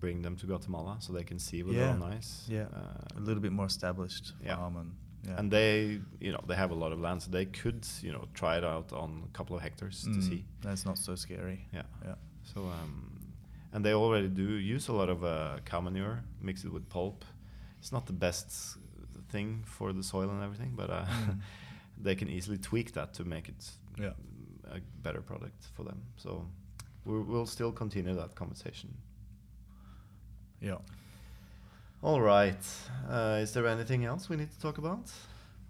[SPEAKER 1] bring them to Guatemala so they can see with their
[SPEAKER 2] Yeah.
[SPEAKER 1] own eyes.
[SPEAKER 2] yeah,
[SPEAKER 1] Uh,
[SPEAKER 2] a little bit more established
[SPEAKER 1] yeah.
[SPEAKER 2] farm and yeah.
[SPEAKER 1] And they, you know, they have a lot of land, so they could, you know, try it out on a couple of hectares to
[SPEAKER 2] Mm,
[SPEAKER 1] see.
[SPEAKER 2] that's not so scary.
[SPEAKER 1] Yeah.
[SPEAKER 2] Yeah.
[SPEAKER 1] So, um, and they already do use a lot of uh, cow manure, mix it with pulp. It's not the best thing for the soil and everything, but uh,
[SPEAKER 2] Mm.
[SPEAKER 1] [laughs] they can easily tweak that to make it
[SPEAKER 2] Yeah.
[SPEAKER 1] a better product for them. So, we will still continue that conversation.
[SPEAKER 2] Yeah.
[SPEAKER 1] All right. Uh, is there anything else we need to talk about?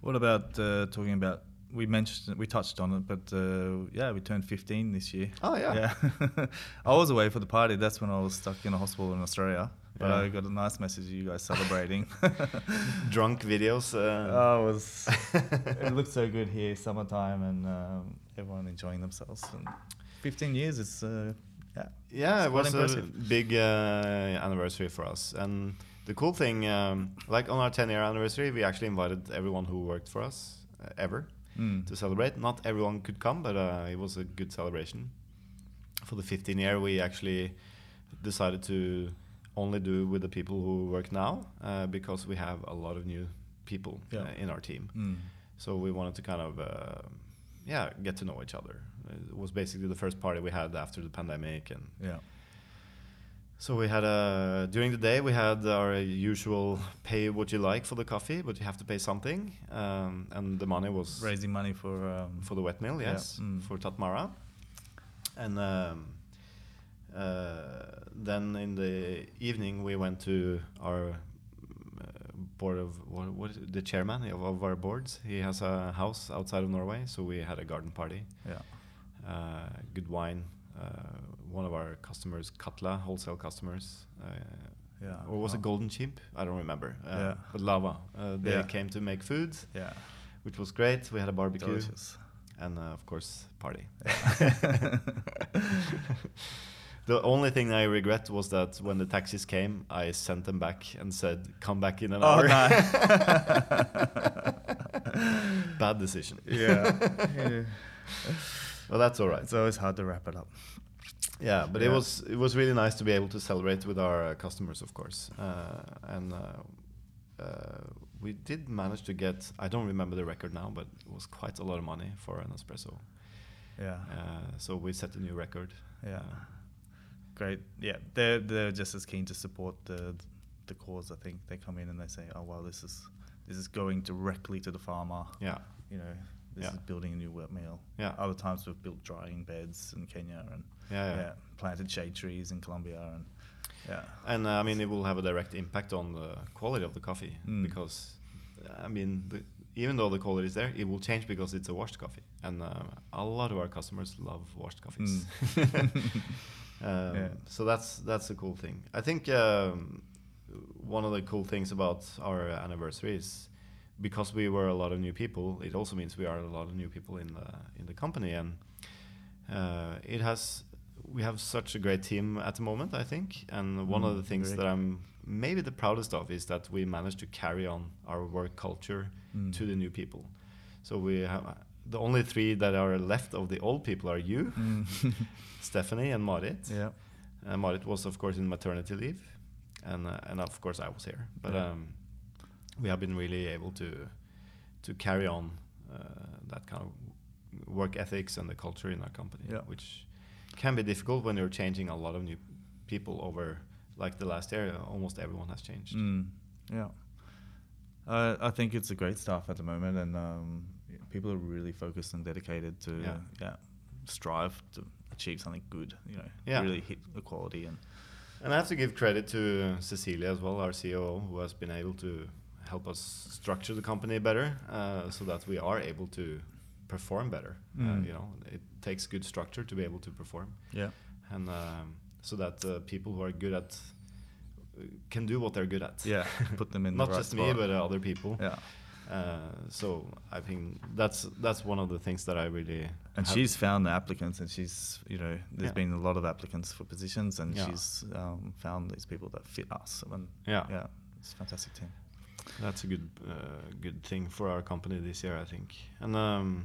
[SPEAKER 2] What about uh, talking about? We mentioned we touched on it, but uh, yeah, we turned 15 this year.
[SPEAKER 1] Oh, yeah.
[SPEAKER 2] yeah. [laughs] I was away for the party. That's when I was stuck in a hospital in Australia. But
[SPEAKER 1] Yeah.
[SPEAKER 2] I got a nice message of you
[SPEAKER 1] [laughs]
[SPEAKER 2] guys celebrating.
[SPEAKER 1] [laughs]
[SPEAKER 2] [laughs]
[SPEAKER 1] Drunk videos. Uh,
[SPEAKER 2] I was. it looked so good here, summertime, and um, everyone enjoying themselves. And 15 years, it's uh, yeah,
[SPEAKER 1] Yeah,
[SPEAKER 2] It's
[SPEAKER 1] it
[SPEAKER 2] quite
[SPEAKER 1] was a
[SPEAKER 2] impressive.
[SPEAKER 1] big uh, anniversary for us. And the cool thing, um, like on our 10 year anniversary, we actually invited everyone who worked for us uh, ever
[SPEAKER 2] Mm.
[SPEAKER 1] to celebrate. Not everyone could come, but uh, it was a good celebration. for the 15 year, we actually decided to only do with the people who work now uh, because we have a lot of new people
[SPEAKER 2] Yeah.
[SPEAKER 1] uh, in our team.
[SPEAKER 2] Mm.
[SPEAKER 1] So we wanted to kind of, uh, yeah, get to know each other. It was basically the first party we had after the pandemic, and
[SPEAKER 2] Yeah.
[SPEAKER 1] so we had a during the day we had our usual pay what you like for the coffee, but you have to pay something, um, and the money was
[SPEAKER 2] Raising money for um,
[SPEAKER 1] for the wet mill,
[SPEAKER 2] Yeah,
[SPEAKER 1] yes,
[SPEAKER 2] mm.
[SPEAKER 1] for Tatmara. And um, uh, then in the evening, we went to our uh, board of what, what is it? the chairman of, of our boards. He has a house outside of Norway, so we had a garden party,
[SPEAKER 2] yeah.
[SPEAKER 1] uh, good wine. Uh, one of our customers, Katla, wholesale customers, uh,
[SPEAKER 2] Yeah.
[SPEAKER 1] or was it
[SPEAKER 2] wow.
[SPEAKER 1] Golden Chimp? I don't remember. Uh,
[SPEAKER 2] Yeah.
[SPEAKER 1] But Lava, uh, they
[SPEAKER 2] Yeah.
[SPEAKER 1] came to make food,
[SPEAKER 2] Oh, Yeah.
[SPEAKER 1] which was great. We had a barbecue
[SPEAKER 2] Delicious.
[SPEAKER 1] and uh, of course
[SPEAKER 2] [laughs]
[SPEAKER 1] party. [laughs]
[SPEAKER 2] Yeah.
[SPEAKER 1] the only thing I regret was that when the taxis came, I sent them back and said, "Come back in an
[SPEAKER 2] Oh,
[SPEAKER 1] hour."
[SPEAKER 2] no.
[SPEAKER 1] [laughs] Bad decision.
[SPEAKER 2] [laughs] yeah.
[SPEAKER 1] [laughs] well, that's all right.
[SPEAKER 2] It's always hard to wrap it up.
[SPEAKER 1] Yeah, but it
[SPEAKER 2] Yeah.
[SPEAKER 1] was it was really nice to be able to celebrate with our uh, customers, of course, uh, and. Uh, uh, we did manage to get, I don't remember the record now, but it was quite a lot of money for an espresso.
[SPEAKER 2] Yeah.
[SPEAKER 1] Uh, so we set a new record.
[SPEAKER 2] Yeah. Great. Yeah. They're they're just as keen to support the the cause, I think. They come in and they say, Oh wow, this is this is going directly to the farmer.
[SPEAKER 1] Yeah.
[SPEAKER 2] You know, this
[SPEAKER 1] Yeah.
[SPEAKER 2] is building a new wet meal.
[SPEAKER 1] Yeah.
[SPEAKER 2] Other times we've built drying beds in Kenya and
[SPEAKER 1] Yeah, yeah.
[SPEAKER 2] planted shade trees in Colombia and yeah.
[SPEAKER 1] [laughs] And uh, I mean, it will have a direct impact on the quality of the coffee
[SPEAKER 2] Mm.
[SPEAKER 1] because, I mean, the, even though the quality is there, it will change because it's a washed coffee, and uh, a lot of our customers love washed coffees. [laughs]
[SPEAKER 2] Mm.
[SPEAKER 1] um,
[SPEAKER 2] [laughs] Yeah.
[SPEAKER 1] So that's that's a cool thing. I think um, one of the cool things about our anniversary is because we were a lot of new people. It also means we are a lot of new people in the in the company, and uh, it has we have such a great team at the moment. I think, and one of
[SPEAKER 2] Mm,
[SPEAKER 1] the things
[SPEAKER 2] agree.
[SPEAKER 1] that I'm maybe the proudest of is that we managed to carry on our work culture
[SPEAKER 2] Mm.
[SPEAKER 1] to the new people. So we have the only three that are left of the old people are you,
[SPEAKER 2] Mm.
[SPEAKER 1] Stephanie, and Marit.
[SPEAKER 2] yeah.
[SPEAKER 1] Uh, Marit was, of course, in maternity leave, and uh, and of course I was here. But
[SPEAKER 2] Yeah.
[SPEAKER 1] um, we have been really able to to carry on uh, that kind of work ethics and the culture in our company,
[SPEAKER 2] Yeah.
[SPEAKER 1] which can be difficult when you're changing a lot of new people over. Like the last year, almost everyone has changed.
[SPEAKER 2] Mm, yeah. Uh, I think it's a great staff at the moment, and um, yeah, people are really focused and dedicated to yeah.
[SPEAKER 1] Yeah.
[SPEAKER 2] strive to achieve something good. You know,
[SPEAKER 1] Yeah.
[SPEAKER 2] really hit equality and
[SPEAKER 1] And I have to give credit to Cecilia as well, our COO, who has been able to help us structure the company better, uh, so that we are able to perform better. Uh,
[SPEAKER 2] Mm.
[SPEAKER 1] you know, it takes good structure to be able to perform,
[SPEAKER 2] yeah,
[SPEAKER 1] and um, so that uh, people who are good at uh, can do what they're good at.
[SPEAKER 2] yeah, put
[SPEAKER 1] [laughs]
[SPEAKER 2] them in
[SPEAKER 1] Not
[SPEAKER 2] the right
[SPEAKER 1] just me,
[SPEAKER 2] spot.
[SPEAKER 1] but uh, other people.
[SPEAKER 2] yeah.
[SPEAKER 1] Uh, so I think that's that's one of the things that I really
[SPEAKER 2] And
[SPEAKER 1] have-
[SPEAKER 2] she's found the applicants, and she's you know there's
[SPEAKER 1] Yeah.
[SPEAKER 2] been a lot of applicants for positions, and
[SPEAKER 1] Yeah.
[SPEAKER 2] she's um, found these people that fit us. And
[SPEAKER 1] Yeah.
[SPEAKER 2] yeah, it's a fantastic
[SPEAKER 1] [laughs]
[SPEAKER 2] team.
[SPEAKER 1] That's a good uh, good thing for our company this year, I think. And um,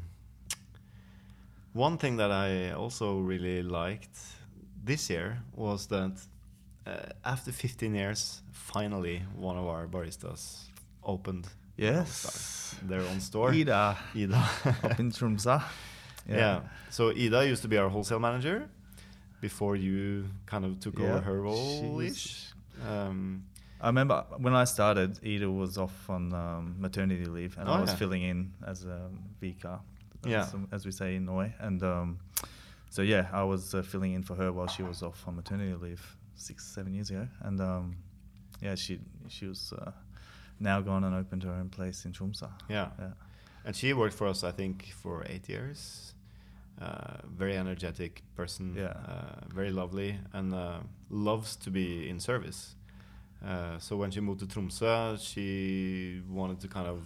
[SPEAKER 1] one thing that I also really liked this year was that uh, after 15 years, finally one of our baristas opened
[SPEAKER 2] Yes,
[SPEAKER 1] their own store.
[SPEAKER 2] Ida,
[SPEAKER 1] Ida.
[SPEAKER 2] [laughs] up
[SPEAKER 1] [laughs]
[SPEAKER 2] in Tromsø.
[SPEAKER 1] yeah. So Ida used to be our wholesale manager before you kind of took over
[SPEAKER 2] Yeah,
[SPEAKER 1] her role ish.
[SPEAKER 2] she's-
[SPEAKER 1] Um,
[SPEAKER 2] I remember when I started, Ida was off on um, maternity leave, and
[SPEAKER 1] Oh,
[SPEAKER 2] I was
[SPEAKER 1] yeah.
[SPEAKER 2] filling in as a vicar,
[SPEAKER 1] Yeah.
[SPEAKER 2] as, as we say in Norway. And um, so yeah, I was uh, filling in for her while she was off on maternity leave six, seven years ago. And um, yeah, she she was uh, now gone and opened her own place in Tromsø.
[SPEAKER 1] Yeah.
[SPEAKER 2] yeah,
[SPEAKER 1] And she worked for us, I think, for eight years. Uh, very energetic person,
[SPEAKER 2] Yeah.
[SPEAKER 1] uh, very lovely, and uh, loves to be in service. Uh, so when she moved to Tromsø, she wanted to kind of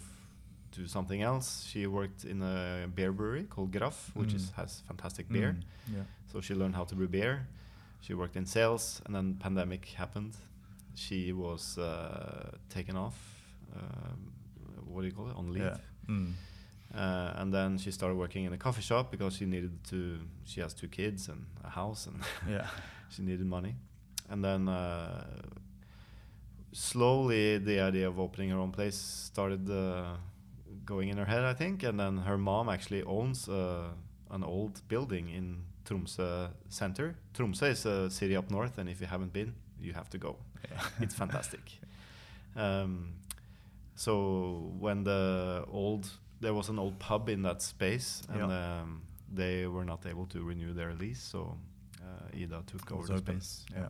[SPEAKER 1] do something else. She worked in a beer brewery called Graf, which is,
[SPEAKER 2] Mm.
[SPEAKER 1] has fantastic beer.
[SPEAKER 2] Mm, yeah,
[SPEAKER 1] So she learned how to brew beer. She worked in sales, and then pandemic happened. She was uh, taken off. Um, what do you call it? On leave
[SPEAKER 2] yeah. Mm.
[SPEAKER 1] Uh, and then she started working in a coffee shop because she needed to. She has two kids and a house, and [laughs]
[SPEAKER 2] Yeah.
[SPEAKER 1] she needed money. And then uh, slowly, the idea of opening her own place started uh, going in her head, I think. And then her mom actually owns uh, an old building in Tromsø center. Tromsø is a city up north, and if you haven't been, you have to go.
[SPEAKER 2] Yeah.
[SPEAKER 1] It's
[SPEAKER 2] [laughs]
[SPEAKER 1] fantastic. Um, so when the old there was an old pub in that space, and um, they were not able to renew their lease, so uh, Ida took over
[SPEAKER 2] It's
[SPEAKER 1] the
[SPEAKER 2] open.
[SPEAKER 1] space.
[SPEAKER 2] Yeah.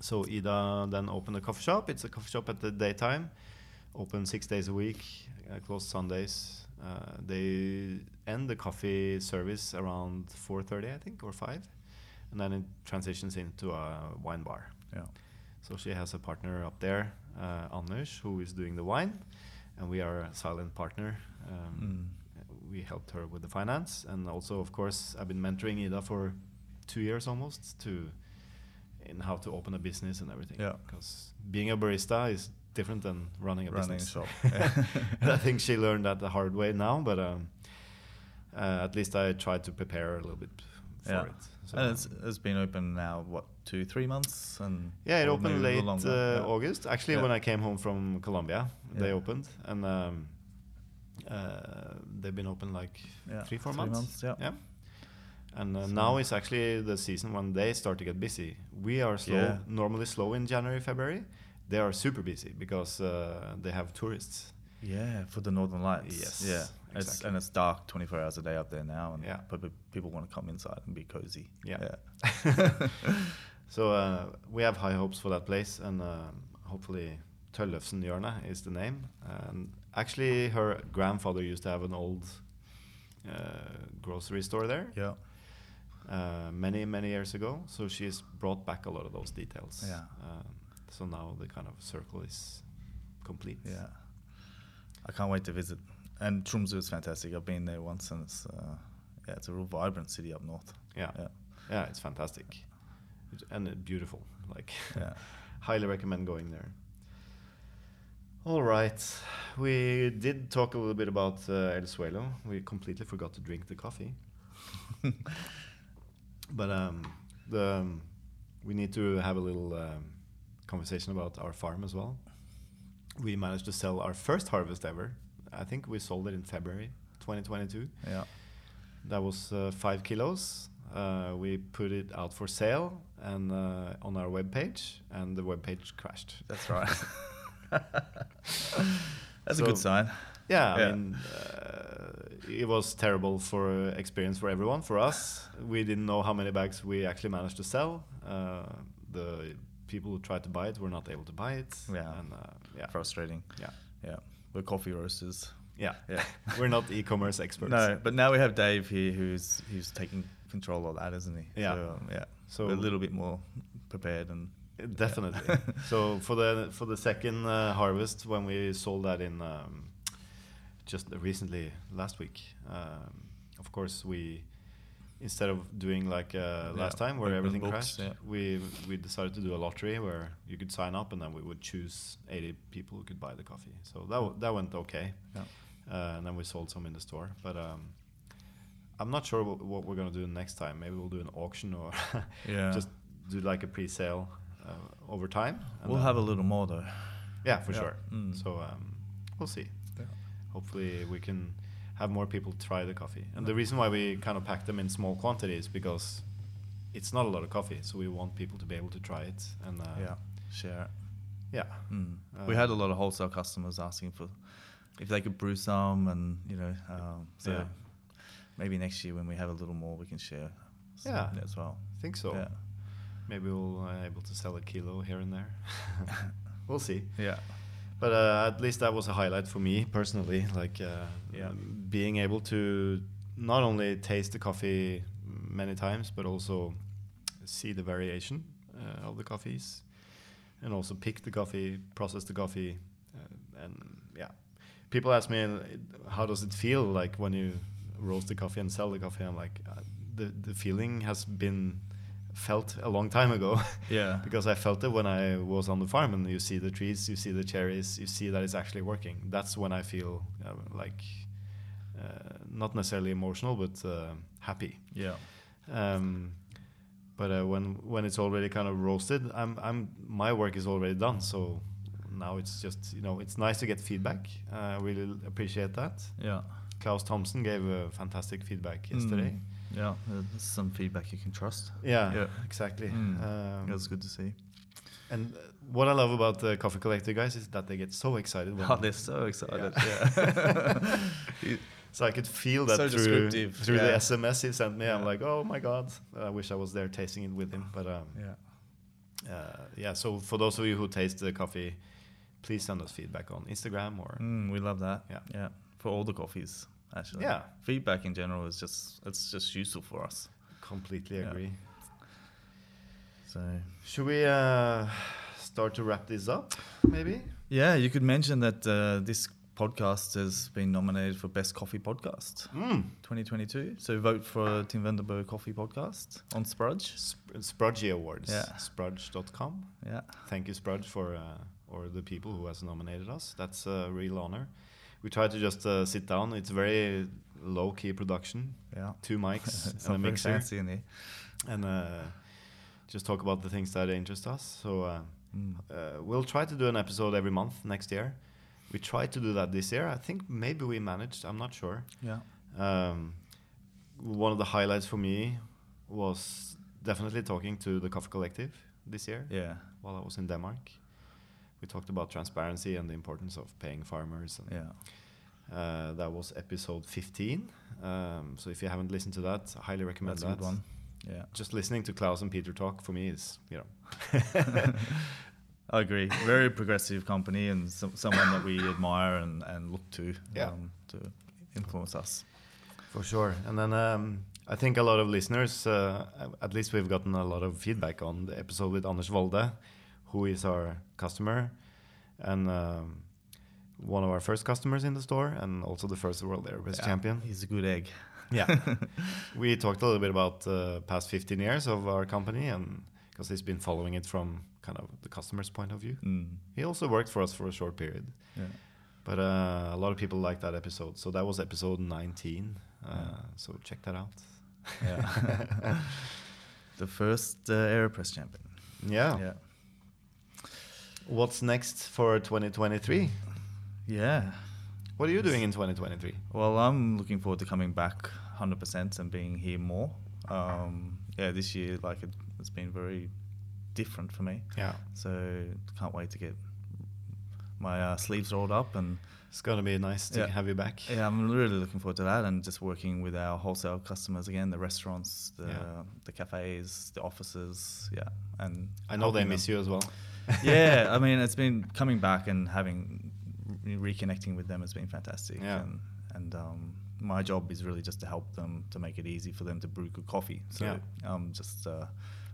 [SPEAKER 1] So Ida then opened a coffee shop. It's a coffee shop at the daytime, open six days a week, uh, closed Sundays. Uh, they end the coffee service around 4:30, I think, or five, and then it transitions into a wine bar.
[SPEAKER 2] Yeah.
[SPEAKER 1] So she has a partner up there, uh, Anders, who is doing the wine, and we are a silent partner.
[SPEAKER 2] Mm. Hmm.
[SPEAKER 1] Um, We helped her with the finance, and also, of course, I've been mentoring Ida for two years almost to in how to open a business and everything.
[SPEAKER 2] Yeah.
[SPEAKER 1] Because being a barista is different than running a
[SPEAKER 2] Running a
[SPEAKER 1] business.
[SPEAKER 2] shop.
[SPEAKER 1] [laughs] And I think she learned that the hard way now, but um, uh, at least I tried to prepare her a little bit for
[SPEAKER 2] Yeah.
[SPEAKER 1] it.
[SPEAKER 2] and it's, it's been open now what two three months and
[SPEAKER 1] Yeah, it
[SPEAKER 2] or
[SPEAKER 1] opened
[SPEAKER 2] maybe a
[SPEAKER 1] late
[SPEAKER 2] little longer.
[SPEAKER 1] uh,
[SPEAKER 2] Yeah.
[SPEAKER 1] August. Actually,
[SPEAKER 2] Yeah.
[SPEAKER 1] when I came home from Colombia, they
[SPEAKER 2] Yeah.
[SPEAKER 1] opened, and um, uh, they've been open like
[SPEAKER 2] Yeah,
[SPEAKER 1] three, four
[SPEAKER 2] three
[SPEAKER 1] months.
[SPEAKER 2] months, yeah.
[SPEAKER 1] And uh,
[SPEAKER 2] So-
[SPEAKER 1] now is actually the season when they start to get busy. We are slow,
[SPEAKER 2] Yeah.
[SPEAKER 1] normally slow in January, February. They are super busy because uh, they have tourists.
[SPEAKER 2] Yeah, for the Northern Lights.
[SPEAKER 1] Yes,
[SPEAKER 2] Yeah. It's,
[SPEAKER 1] exactly.
[SPEAKER 2] and it's dark 24 hours a day up there now, and
[SPEAKER 1] Yeah.
[SPEAKER 2] but but people want to come inside and be cozy.
[SPEAKER 1] Yeah. [laughs] So uh, we have high hopes for that place, and uh, hopefully Tøllefsen-hjørnet is the name. And actually, her grandfather used to have an old uh, grocery store there
[SPEAKER 2] yeah.
[SPEAKER 1] uh, many, many years ago. So she's brought back a lot of those details.
[SPEAKER 2] Yeah.
[SPEAKER 1] Um, so now the kind of circle is complete.
[SPEAKER 2] Yeah. I can't wait to visit. And Tromsø is fantastic. I've been there once, and it's uh, yeah, it's a real vibrant city up north.
[SPEAKER 1] Yeah.
[SPEAKER 2] Yeah.
[SPEAKER 1] Yeah, it's fantastic, It- and uh, beautiful. Like,
[SPEAKER 2] Yeah.
[SPEAKER 1] highly recommend going there. All right, we did talk a little bit about uh, El Suelo. We completely forgot to drink the coffee, but um, the um, we need to have a little um, conversation about our farm as well. We managed to sell our first harvest ever. I think we sold it in February 2022.
[SPEAKER 2] yeah.
[SPEAKER 1] That was uh, five kilos. Uh, we put it out for sale and uh, on our webpage, and the webpage crashed.
[SPEAKER 2] That's right. [laughs] That's a
[SPEAKER 1] So-
[SPEAKER 2] good sign.
[SPEAKER 1] Yeah, I
[SPEAKER 2] Yeah.
[SPEAKER 1] mean, uh, it was terrible for uh, experience for everyone. For us, we didn't know how many bags we actually managed to sell. Uh, the people who tried to buy it were not able to buy it.
[SPEAKER 2] Yeah.
[SPEAKER 1] and uh, yeah,
[SPEAKER 2] Frustrating. [laughs]
[SPEAKER 1] yeah,
[SPEAKER 2] Yeah. We're coffee roasters.
[SPEAKER 1] yeah.
[SPEAKER 2] Yeah.
[SPEAKER 1] we're not e-commerce experts.
[SPEAKER 2] No, but now we have Dave here who's who's taking control of that, isn't he?
[SPEAKER 1] Yeah.
[SPEAKER 2] So, um, yeah.
[SPEAKER 1] So-
[SPEAKER 2] So we're a little bit more prepared and
[SPEAKER 1] Definitely.
[SPEAKER 2] [laughs]
[SPEAKER 1] so for the for the second uh, harvest, when we sold that in um, just recently last week, um, of course we instead of doing like uh, last
[SPEAKER 2] Yeah,
[SPEAKER 1] time where
[SPEAKER 2] open
[SPEAKER 1] everything
[SPEAKER 2] books,
[SPEAKER 1] crashed,
[SPEAKER 2] yeah.
[SPEAKER 1] we we decided to do a lottery where you could sign up and then we would choose 80 people who could buy the coffee. So that w- that went okay,
[SPEAKER 2] yeah.
[SPEAKER 1] uh, and then we sold some in the store, but. Um, I'm not sure what, what we're gonna do next time. Maybe we'll do an auction or [laughs]
[SPEAKER 2] Yeah.
[SPEAKER 1] just do like a pre-sale uh, over time. and
[SPEAKER 2] we'll
[SPEAKER 1] then-
[SPEAKER 2] have a little more though.
[SPEAKER 1] yeah for
[SPEAKER 2] yeah,
[SPEAKER 1] sure.
[SPEAKER 2] mm.
[SPEAKER 1] So um, we'll see.
[SPEAKER 2] Yeah.
[SPEAKER 1] Hopefully we can have more people try the coffee. And the reason why we kind of pack them in small quantities because it's not a lot of coffee, so we want people to be able to try it. And uh,
[SPEAKER 2] yeah. Share it.
[SPEAKER 1] yeah,
[SPEAKER 2] Mm.
[SPEAKER 1] Uh,
[SPEAKER 2] we had a lot of wholesale customers asking for if they could brew some, and you know, um, so
[SPEAKER 1] Yeah.
[SPEAKER 2] maybe next year when we have a little more, we can share. some
[SPEAKER 1] Yeah.
[SPEAKER 2] as well.
[SPEAKER 1] I think so.
[SPEAKER 2] Yeah,
[SPEAKER 1] Maybe we'll uh, able to sell a kilo here and
[SPEAKER 2] [laughs]
[SPEAKER 1] there. we'll see.
[SPEAKER 2] yeah,
[SPEAKER 1] But uh, at least that was a highlight for me personally, like uh,
[SPEAKER 2] Yeah.
[SPEAKER 1] being able to not only taste the coffee many times, but also see the variation uh, of the coffees, and also pick the coffee, process the coffee, uh, and yeah. People ask me, uh, how does it feel like when you roast the coffee and sell the coffee? I'm like, uh, the the feeling has been felt a long time ago. [laughs]
[SPEAKER 2] yeah.
[SPEAKER 1] because I felt it when I was on the farm and you see the trees, you see the cherries, you see that it's actually working. That's when I feel uh, like uh, not necessarily emotional, but uh, happy.
[SPEAKER 2] Yeah.
[SPEAKER 1] Um, but uh, when when it's already kind of roasted, I'm I'm my work is already done. So now it's just you know it's nice to get feedback. Uh, I really appreciate that.
[SPEAKER 2] Yeah.
[SPEAKER 1] Klaus Thompson gave a fantastic feedback yesterday.
[SPEAKER 2] Mm. Yeah. That's some feedback you can trust.
[SPEAKER 1] Yeah,
[SPEAKER 2] Yeah.
[SPEAKER 1] exactly.
[SPEAKER 2] Mm.
[SPEAKER 1] Um,
[SPEAKER 2] That's good to see.
[SPEAKER 1] And uh, what I love about the Coffee Collector guys is that they get so excited. When
[SPEAKER 3] Oh, they're so excited.
[SPEAKER 1] Yeah.
[SPEAKER 3] Yeah.
[SPEAKER 1] so I could feel that
[SPEAKER 3] So
[SPEAKER 1] through,
[SPEAKER 3] descriptive,
[SPEAKER 1] through the
[SPEAKER 3] yeah.
[SPEAKER 1] SMS he sent me. I'm
[SPEAKER 2] Yeah.
[SPEAKER 1] like, oh my God, I wish I was there tasting it with him. But um,
[SPEAKER 2] [laughs] Yeah.
[SPEAKER 1] uh, yeah, so for those of you who taste the coffee, please send us feedback on Instagram or.
[SPEAKER 2] Mm, we love that.
[SPEAKER 1] Yeah.
[SPEAKER 2] Yeah. For all the coffees, actually.
[SPEAKER 1] Yeah,
[SPEAKER 2] Feedback in general is just it's just useful for us.
[SPEAKER 1] completely
[SPEAKER 2] Yeah.
[SPEAKER 1] agree.
[SPEAKER 2] So
[SPEAKER 1] Should we uh, start to wrap this up, maybe?
[SPEAKER 2] yeah, you could mention that uh, this podcast has been nominated for best coffee podcast
[SPEAKER 1] Mm.
[SPEAKER 2] 2022. So vote for Tim Vanderberg Coffee Podcast on Sprudge.
[SPEAKER 1] Sp- Sprudgy Awards.
[SPEAKER 2] Yeah.
[SPEAKER 1] Sprudge.com.
[SPEAKER 2] Yeah.
[SPEAKER 1] Thank you, Sprudge, for uh, or the people who has nominated us. That's a real honor. We try to just uh, sit down. It's very low key production,
[SPEAKER 2] [laughs] Yeah.
[SPEAKER 1] two mics and a
[SPEAKER 2] Something
[SPEAKER 1] mixer,
[SPEAKER 2] fancy in here.
[SPEAKER 1] and uh, just talk about the things that interest us. So uh,
[SPEAKER 2] Mm.
[SPEAKER 1] uh, we'll try to do an episode every month next year. We tried to do that this year. I think maybe we managed. I'm not sure.
[SPEAKER 2] Yeah.
[SPEAKER 1] Um, one of the highlights for me was definitely talking to the Coffee Collective this year
[SPEAKER 2] Yeah.
[SPEAKER 1] while I was in Denmark. We talked about transparency and the importance of paying farmers. And,
[SPEAKER 2] Yeah.
[SPEAKER 1] uh, that was episode 15. Um, so if you haven't listened to that, I highly recommend
[SPEAKER 2] That's a
[SPEAKER 1] that.
[SPEAKER 2] good one. Yeah.
[SPEAKER 1] Just listening to Klaus and Peter talk for me is, you know.
[SPEAKER 2] [laughs] I agree. Very progressive company and some, someone that we admire and, and look to
[SPEAKER 1] Yeah.
[SPEAKER 2] um, to influence us.
[SPEAKER 1] for sure. And then um, I think a lot of listeners, uh, at least we've gotten a lot of feedback on the episode with Anders Volde, who is our customer and um, one of our first customers in the store and also the first World Airbus
[SPEAKER 2] Yeah,
[SPEAKER 1] champion.
[SPEAKER 2] He's a good egg.
[SPEAKER 1] Yeah. [laughs] we talked a little bit about the past 15 years of our company and because he's been following it from kind of the customer's point of view.
[SPEAKER 2] Mm.
[SPEAKER 1] He also worked for us for a short period.
[SPEAKER 2] Yeah.
[SPEAKER 1] But uh, a lot of people liked that episode. So that was episode 19. Uh,
[SPEAKER 2] Yeah.
[SPEAKER 1] So check that out.
[SPEAKER 2] [laughs] Yeah. the first uh, Aeropress champion.
[SPEAKER 1] Yeah.
[SPEAKER 2] Yeah.
[SPEAKER 1] What's next for 2023?
[SPEAKER 2] Yeah.
[SPEAKER 1] What are you doing in 2023?
[SPEAKER 2] Well, I'm looking forward to coming back 100% and being here more. Um, yeah, this year, like, it, it's been very different for me.
[SPEAKER 1] Yeah.
[SPEAKER 2] So, can't wait to get my uh, sleeves rolled up and
[SPEAKER 1] It's going to be nice to
[SPEAKER 2] Yeah.
[SPEAKER 1] have you back.
[SPEAKER 2] Yeah, I'm really looking forward to that, and just working with our wholesale customers again, the restaurants, the
[SPEAKER 1] Yeah.
[SPEAKER 2] the cafes, the offices, yeah, and
[SPEAKER 1] I know they
[SPEAKER 2] helping
[SPEAKER 1] miss
[SPEAKER 2] them.
[SPEAKER 1] you as well.
[SPEAKER 2] yeah,
[SPEAKER 1] [laughs]
[SPEAKER 2] I mean, it's been coming back and having re- reconnecting with them has been fantastic.
[SPEAKER 1] Yeah.
[SPEAKER 2] and, and um, my job is really just to help them to make it easy for them to brew good coffee. So
[SPEAKER 1] Yeah.
[SPEAKER 2] I'm just uh,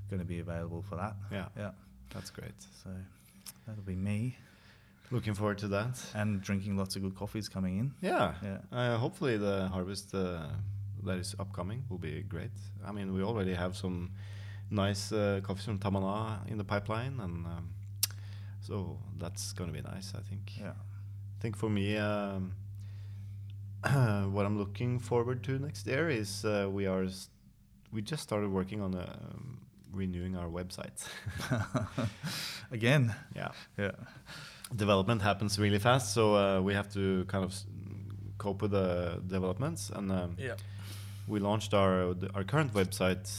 [SPEAKER 2] going to be available for that.
[SPEAKER 1] Yeah.
[SPEAKER 2] yeah.
[SPEAKER 1] That's great.
[SPEAKER 2] So that'll be me,
[SPEAKER 1] Looking forward to that.
[SPEAKER 2] and drinking lots of good coffees coming in.
[SPEAKER 1] Yeah.
[SPEAKER 2] Yeah.
[SPEAKER 1] Uh, hopefully the harvest uh, that is upcoming will be great. I mean, we already have some nice uh, coffees from Tamana in the pipeline, and um, so that's going to be nice. I think.
[SPEAKER 2] Yeah,
[SPEAKER 1] I think for me, um, [clears throat] what I'm looking forward to next year is uh, we are s we just started working on uh, um, renewing our website. [laughs]
[SPEAKER 2] again,
[SPEAKER 1] yeah.
[SPEAKER 2] yeah.
[SPEAKER 1] development happens really fast, so uh, we have to kind of s- cope with the developments. And um,
[SPEAKER 3] Yeah.
[SPEAKER 1] we launched our our current website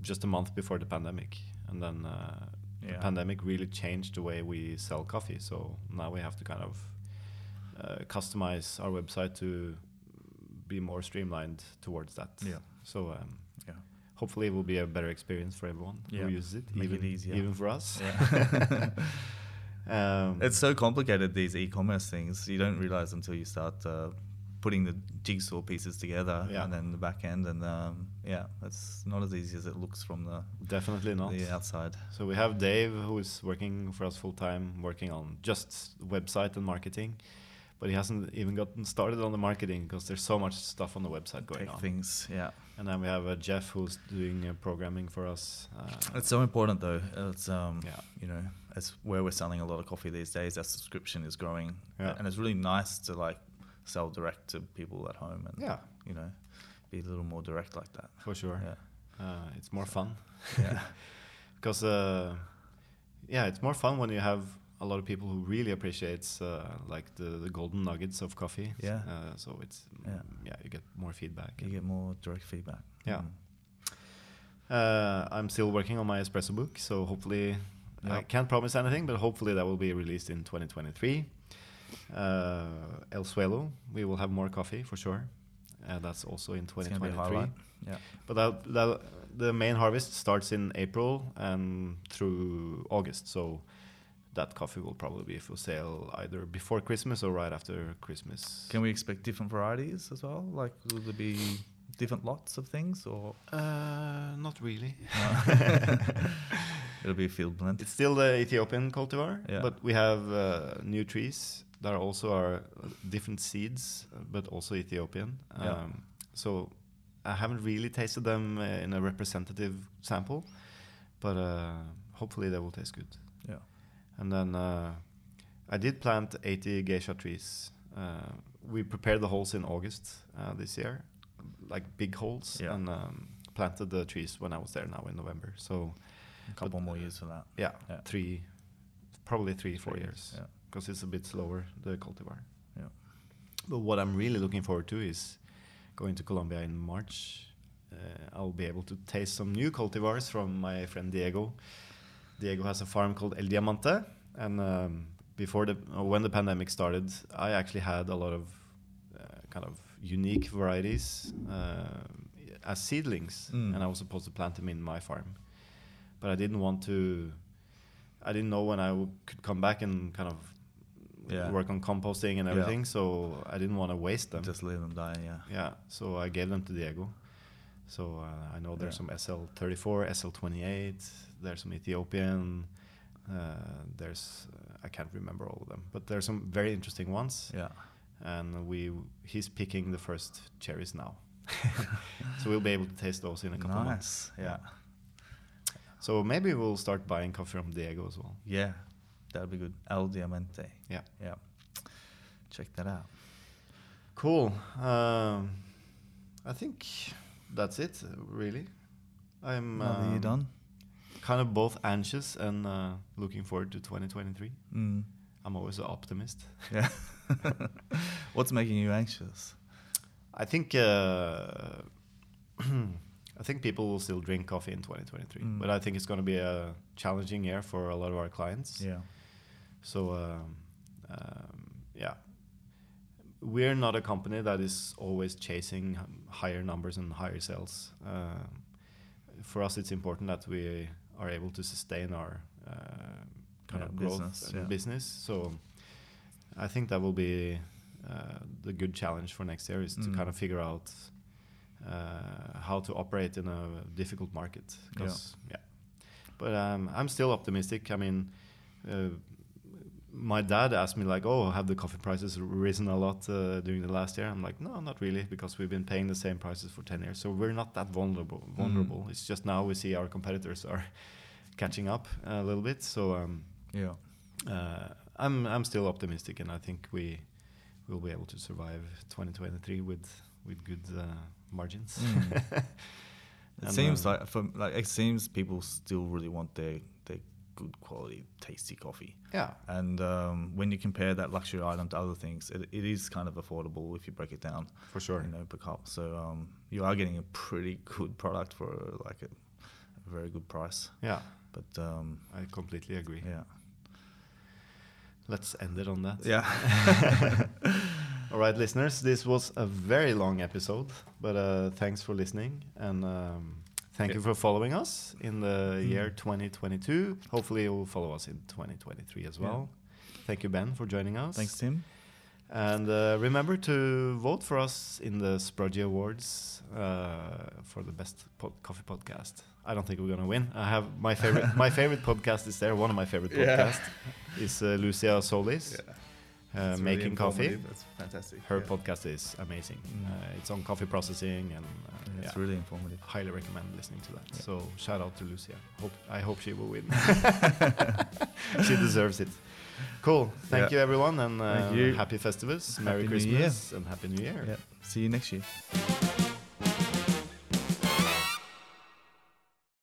[SPEAKER 1] just a month before the pandemic, and then uh, the
[SPEAKER 2] Yeah.
[SPEAKER 1] pandemic really changed the way we sell coffee. So now we have to kind of uh, customize our website to be more streamlined towards that.
[SPEAKER 2] Yeah.
[SPEAKER 1] So. Um,
[SPEAKER 2] Yeah.
[SPEAKER 1] Hopefully, it will be a better experience for everyone
[SPEAKER 2] Yeah.
[SPEAKER 1] who uses it,
[SPEAKER 2] Make it
[SPEAKER 1] even
[SPEAKER 2] easier.
[SPEAKER 1] even for us. [laughs]
[SPEAKER 2] Yeah.
[SPEAKER 1] um,
[SPEAKER 2] it's so complicated these e-commerce things. You don't realize until you start uh, putting the jigsaw pieces together,
[SPEAKER 1] Yeah.
[SPEAKER 2] and then the back end, and um, yeah, it's not as easy as it looks from the
[SPEAKER 1] definitely not.
[SPEAKER 2] the outside.
[SPEAKER 1] So we have Dave, who is working for us full time, working on just website and marketing, but he hasn't even gotten started on the marketing because there's so much stuff on the website going
[SPEAKER 2] Tech
[SPEAKER 1] on.
[SPEAKER 2] things, yeah.
[SPEAKER 1] And then we have uh, Jeff, who's doing uh, programming for us.
[SPEAKER 2] [laughs]
[SPEAKER 1] Uh,
[SPEAKER 2] It's so important though. It's um,
[SPEAKER 1] Yeah.
[SPEAKER 2] you know, it's where we're selling a lot of coffee these days. Our subscription is growing,
[SPEAKER 1] Yeah.
[SPEAKER 2] and it's really nice to like sell direct to people at home and
[SPEAKER 1] Yeah.
[SPEAKER 2] you know be a little more direct like that.
[SPEAKER 1] for sure.
[SPEAKER 2] Yeah,
[SPEAKER 1] Uh, it's more fun
[SPEAKER 2] yeah,
[SPEAKER 1] [laughs]
[SPEAKER 2] [laughs]
[SPEAKER 1] because uh, yeah, it's more fun when you have a lot of people who really appreciates uh, like the, the golden nuggets of coffee.
[SPEAKER 2] Yeah.
[SPEAKER 1] Uh, so it's yeah.
[SPEAKER 2] Yeah.
[SPEAKER 1] yeah, you get more feedback.
[SPEAKER 2] you get more direct feedback.
[SPEAKER 1] Yeah.
[SPEAKER 2] Mm.
[SPEAKER 1] Uh, I'm still working on my espresso book, so hopefully I
[SPEAKER 2] Yep.
[SPEAKER 1] can't promise anything, but hopefully that will be released in 2023. Uh, El Suelo, we will have more coffee for sure. Uh, that's also in
[SPEAKER 2] It's gonna be a hard
[SPEAKER 1] 2023.
[SPEAKER 2] one. Yeah,
[SPEAKER 1] But that, that, the main harvest starts in April and through August, so that coffee will probably be for sale either before Christmas or right after Christmas.
[SPEAKER 2] can we expect different varieties as well? Like, will there be different lots of things, or
[SPEAKER 1] uh, not really.
[SPEAKER 2] [laughs]
[SPEAKER 1] [laughs]
[SPEAKER 2] No. it'll be a field blend?
[SPEAKER 1] It's still the Ethiopian cultivar,
[SPEAKER 2] Yeah.
[SPEAKER 1] but we have uh, new trees that are also are different seeds, uh, but also Ethiopian. Um,
[SPEAKER 2] Yeah.
[SPEAKER 1] So I haven't really tasted them uh, in a representative sample, but uh, hopefully they will taste good.
[SPEAKER 2] Yeah,
[SPEAKER 1] And then uh, I did plant 80 geisha trees. Uh, we prepared the holes in August uh, this year, like big holes,
[SPEAKER 2] Yeah.
[SPEAKER 1] and um, planted the trees when I was there now in November. So
[SPEAKER 2] a couple more years for that.
[SPEAKER 1] yeah,
[SPEAKER 2] Yeah.
[SPEAKER 1] three, probably three, four years,
[SPEAKER 2] Yeah,
[SPEAKER 1] because it's a bit slower the cultivar.
[SPEAKER 2] yeah.
[SPEAKER 1] But what I'm really looking forward to is going to Colombia in March. Uh, I'll be able to taste some new cultivars from my friend Diego. Diego has a farm called El Diamante, and um, before the or when the pandemic started, I actually had a lot of uh, kind of unique varieties uh, as seedlings,
[SPEAKER 2] Mm.
[SPEAKER 1] and I was supposed to plant them in my farm, but I didn't want to. I didn't know when I w- could come back and kind of
[SPEAKER 2] Yeah.
[SPEAKER 1] work on composting and
[SPEAKER 2] Yeah.
[SPEAKER 1] everything, so I didn't want to waste them.
[SPEAKER 2] Just let them die. Yeah.
[SPEAKER 1] Yeah, so I gave them to Diego. So uh, I know there's some
[SPEAKER 2] Yeah.
[SPEAKER 1] SL34, SL28, there's some Ethiopian, uh, there's uh, I can't remember all of them, but there's some very interesting ones.
[SPEAKER 2] Yeah.
[SPEAKER 1] And we he's picking the first cherries now, [laughs] so we'll be able to taste those in a couple of months.
[SPEAKER 2] Nice. Yeah.
[SPEAKER 1] So maybe we'll start buying coffee from Diego as well.
[SPEAKER 2] Yeah. That'd be good. El Diamante.
[SPEAKER 1] Yeah,
[SPEAKER 2] Yeah. Check that out.
[SPEAKER 1] cool. Um, I think that's it, uh, really. I'm.
[SPEAKER 2] Now that you
[SPEAKER 1] um,
[SPEAKER 2] done?
[SPEAKER 1] kind of both anxious and uh, looking forward to 2023.
[SPEAKER 2] Mm.
[SPEAKER 1] I'm always an optimist.
[SPEAKER 2] Yeah. [laughs] What's making you anxious?
[SPEAKER 1] I think uh, [clears throat] I think people will still drink coffee in 2023,
[SPEAKER 2] Mm.
[SPEAKER 1] but I think it's going to be a challenging year for a lot of our clients.
[SPEAKER 2] Yeah.
[SPEAKER 1] So um, um, yeah, we're not a company that is always chasing um, higher numbers and higher sales. Um, for us, it's important that we are able to sustain our uh, kind
[SPEAKER 2] Yeah,
[SPEAKER 1] of growth
[SPEAKER 2] business,
[SPEAKER 1] and
[SPEAKER 2] yeah.
[SPEAKER 1] business. So I think that will be uh, the good challenge for next year is to
[SPEAKER 2] Mm.
[SPEAKER 1] kind of figure out uh, how to operate in a difficult market. 'Cause- yeah. But um, I'm still optimistic. I mean, uh, my dad asked me like, "Oh, have the coffee prices risen a lot uh, during the last year?" I'm like, "No, not really, because we've been paying the same prices for ten years, so we're not that vulnerable. Vulnerable. It's just now we see our competitors are [laughs] catching up a little bit. So um,
[SPEAKER 2] Yeah.
[SPEAKER 1] uh, I'm I'm still optimistic, and I think we will be able to survive 2023 with with good uh, margins.
[SPEAKER 2] Mm. It
[SPEAKER 1] And,
[SPEAKER 2] seems
[SPEAKER 1] um,
[SPEAKER 2] like from like it seems people still really want their their good quality, tasty coffee.
[SPEAKER 1] [laughs] yeah,
[SPEAKER 2] And um, when you compare that luxury item to other things, it, it is kind of affordable if you break it down.
[SPEAKER 1] for sure.
[SPEAKER 2] You know, per cup. So um, you are getting a pretty good product for like a, a very good price.
[SPEAKER 1] Yeah,
[SPEAKER 2] But um,
[SPEAKER 1] I completely agree.
[SPEAKER 2] yeah,
[SPEAKER 1] Let's end it on that.
[SPEAKER 2] yeah.
[SPEAKER 1] All right, listeners, this was a very long episode, but uh, thanks for listening. And um, thank
[SPEAKER 2] Yeah.
[SPEAKER 1] you for following us in the
[SPEAKER 2] Mm.
[SPEAKER 1] year 2022. Hopefully, you will follow us in 2023 as
[SPEAKER 2] Yeah.
[SPEAKER 1] well. Thank you, Ben, for joining us.
[SPEAKER 2] Thanks, Tim.
[SPEAKER 1] And uh, remember to vote for us in the Sprudgy Awards uh, for the best pod- coffee podcast. I don't think we're gonna win. I have my favorite. my favorite podcast is there. One of my favorite podcasts is uh, Lucia Solis, uh, making coffee.
[SPEAKER 2] That's fantastic.
[SPEAKER 1] Her podcast is amazing.
[SPEAKER 2] Mm.
[SPEAKER 1] Uh, it's on coffee processing, and uh,
[SPEAKER 2] It's
[SPEAKER 1] yeah,
[SPEAKER 2] really informative.
[SPEAKER 1] highly recommend listening to that.
[SPEAKER 2] Yeah.
[SPEAKER 1] So
[SPEAKER 2] [laughs]
[SPEAKER 1] shout out to Lucia. Hope I hope she will win. she deserves it. Cool. Thank
[SPEAKER 2] Yeah.
[SPEAKER 1] you, everyone, and uh,
[SPEAKER 2] Thank you.
[SPEAKER 1] happy festivals, Merry
[SPEAKER 2] Happy New Year.
[SPEAKER 1] Christmas, and Happy New Year.
[SPEAKER 2] Yeah. See you next year.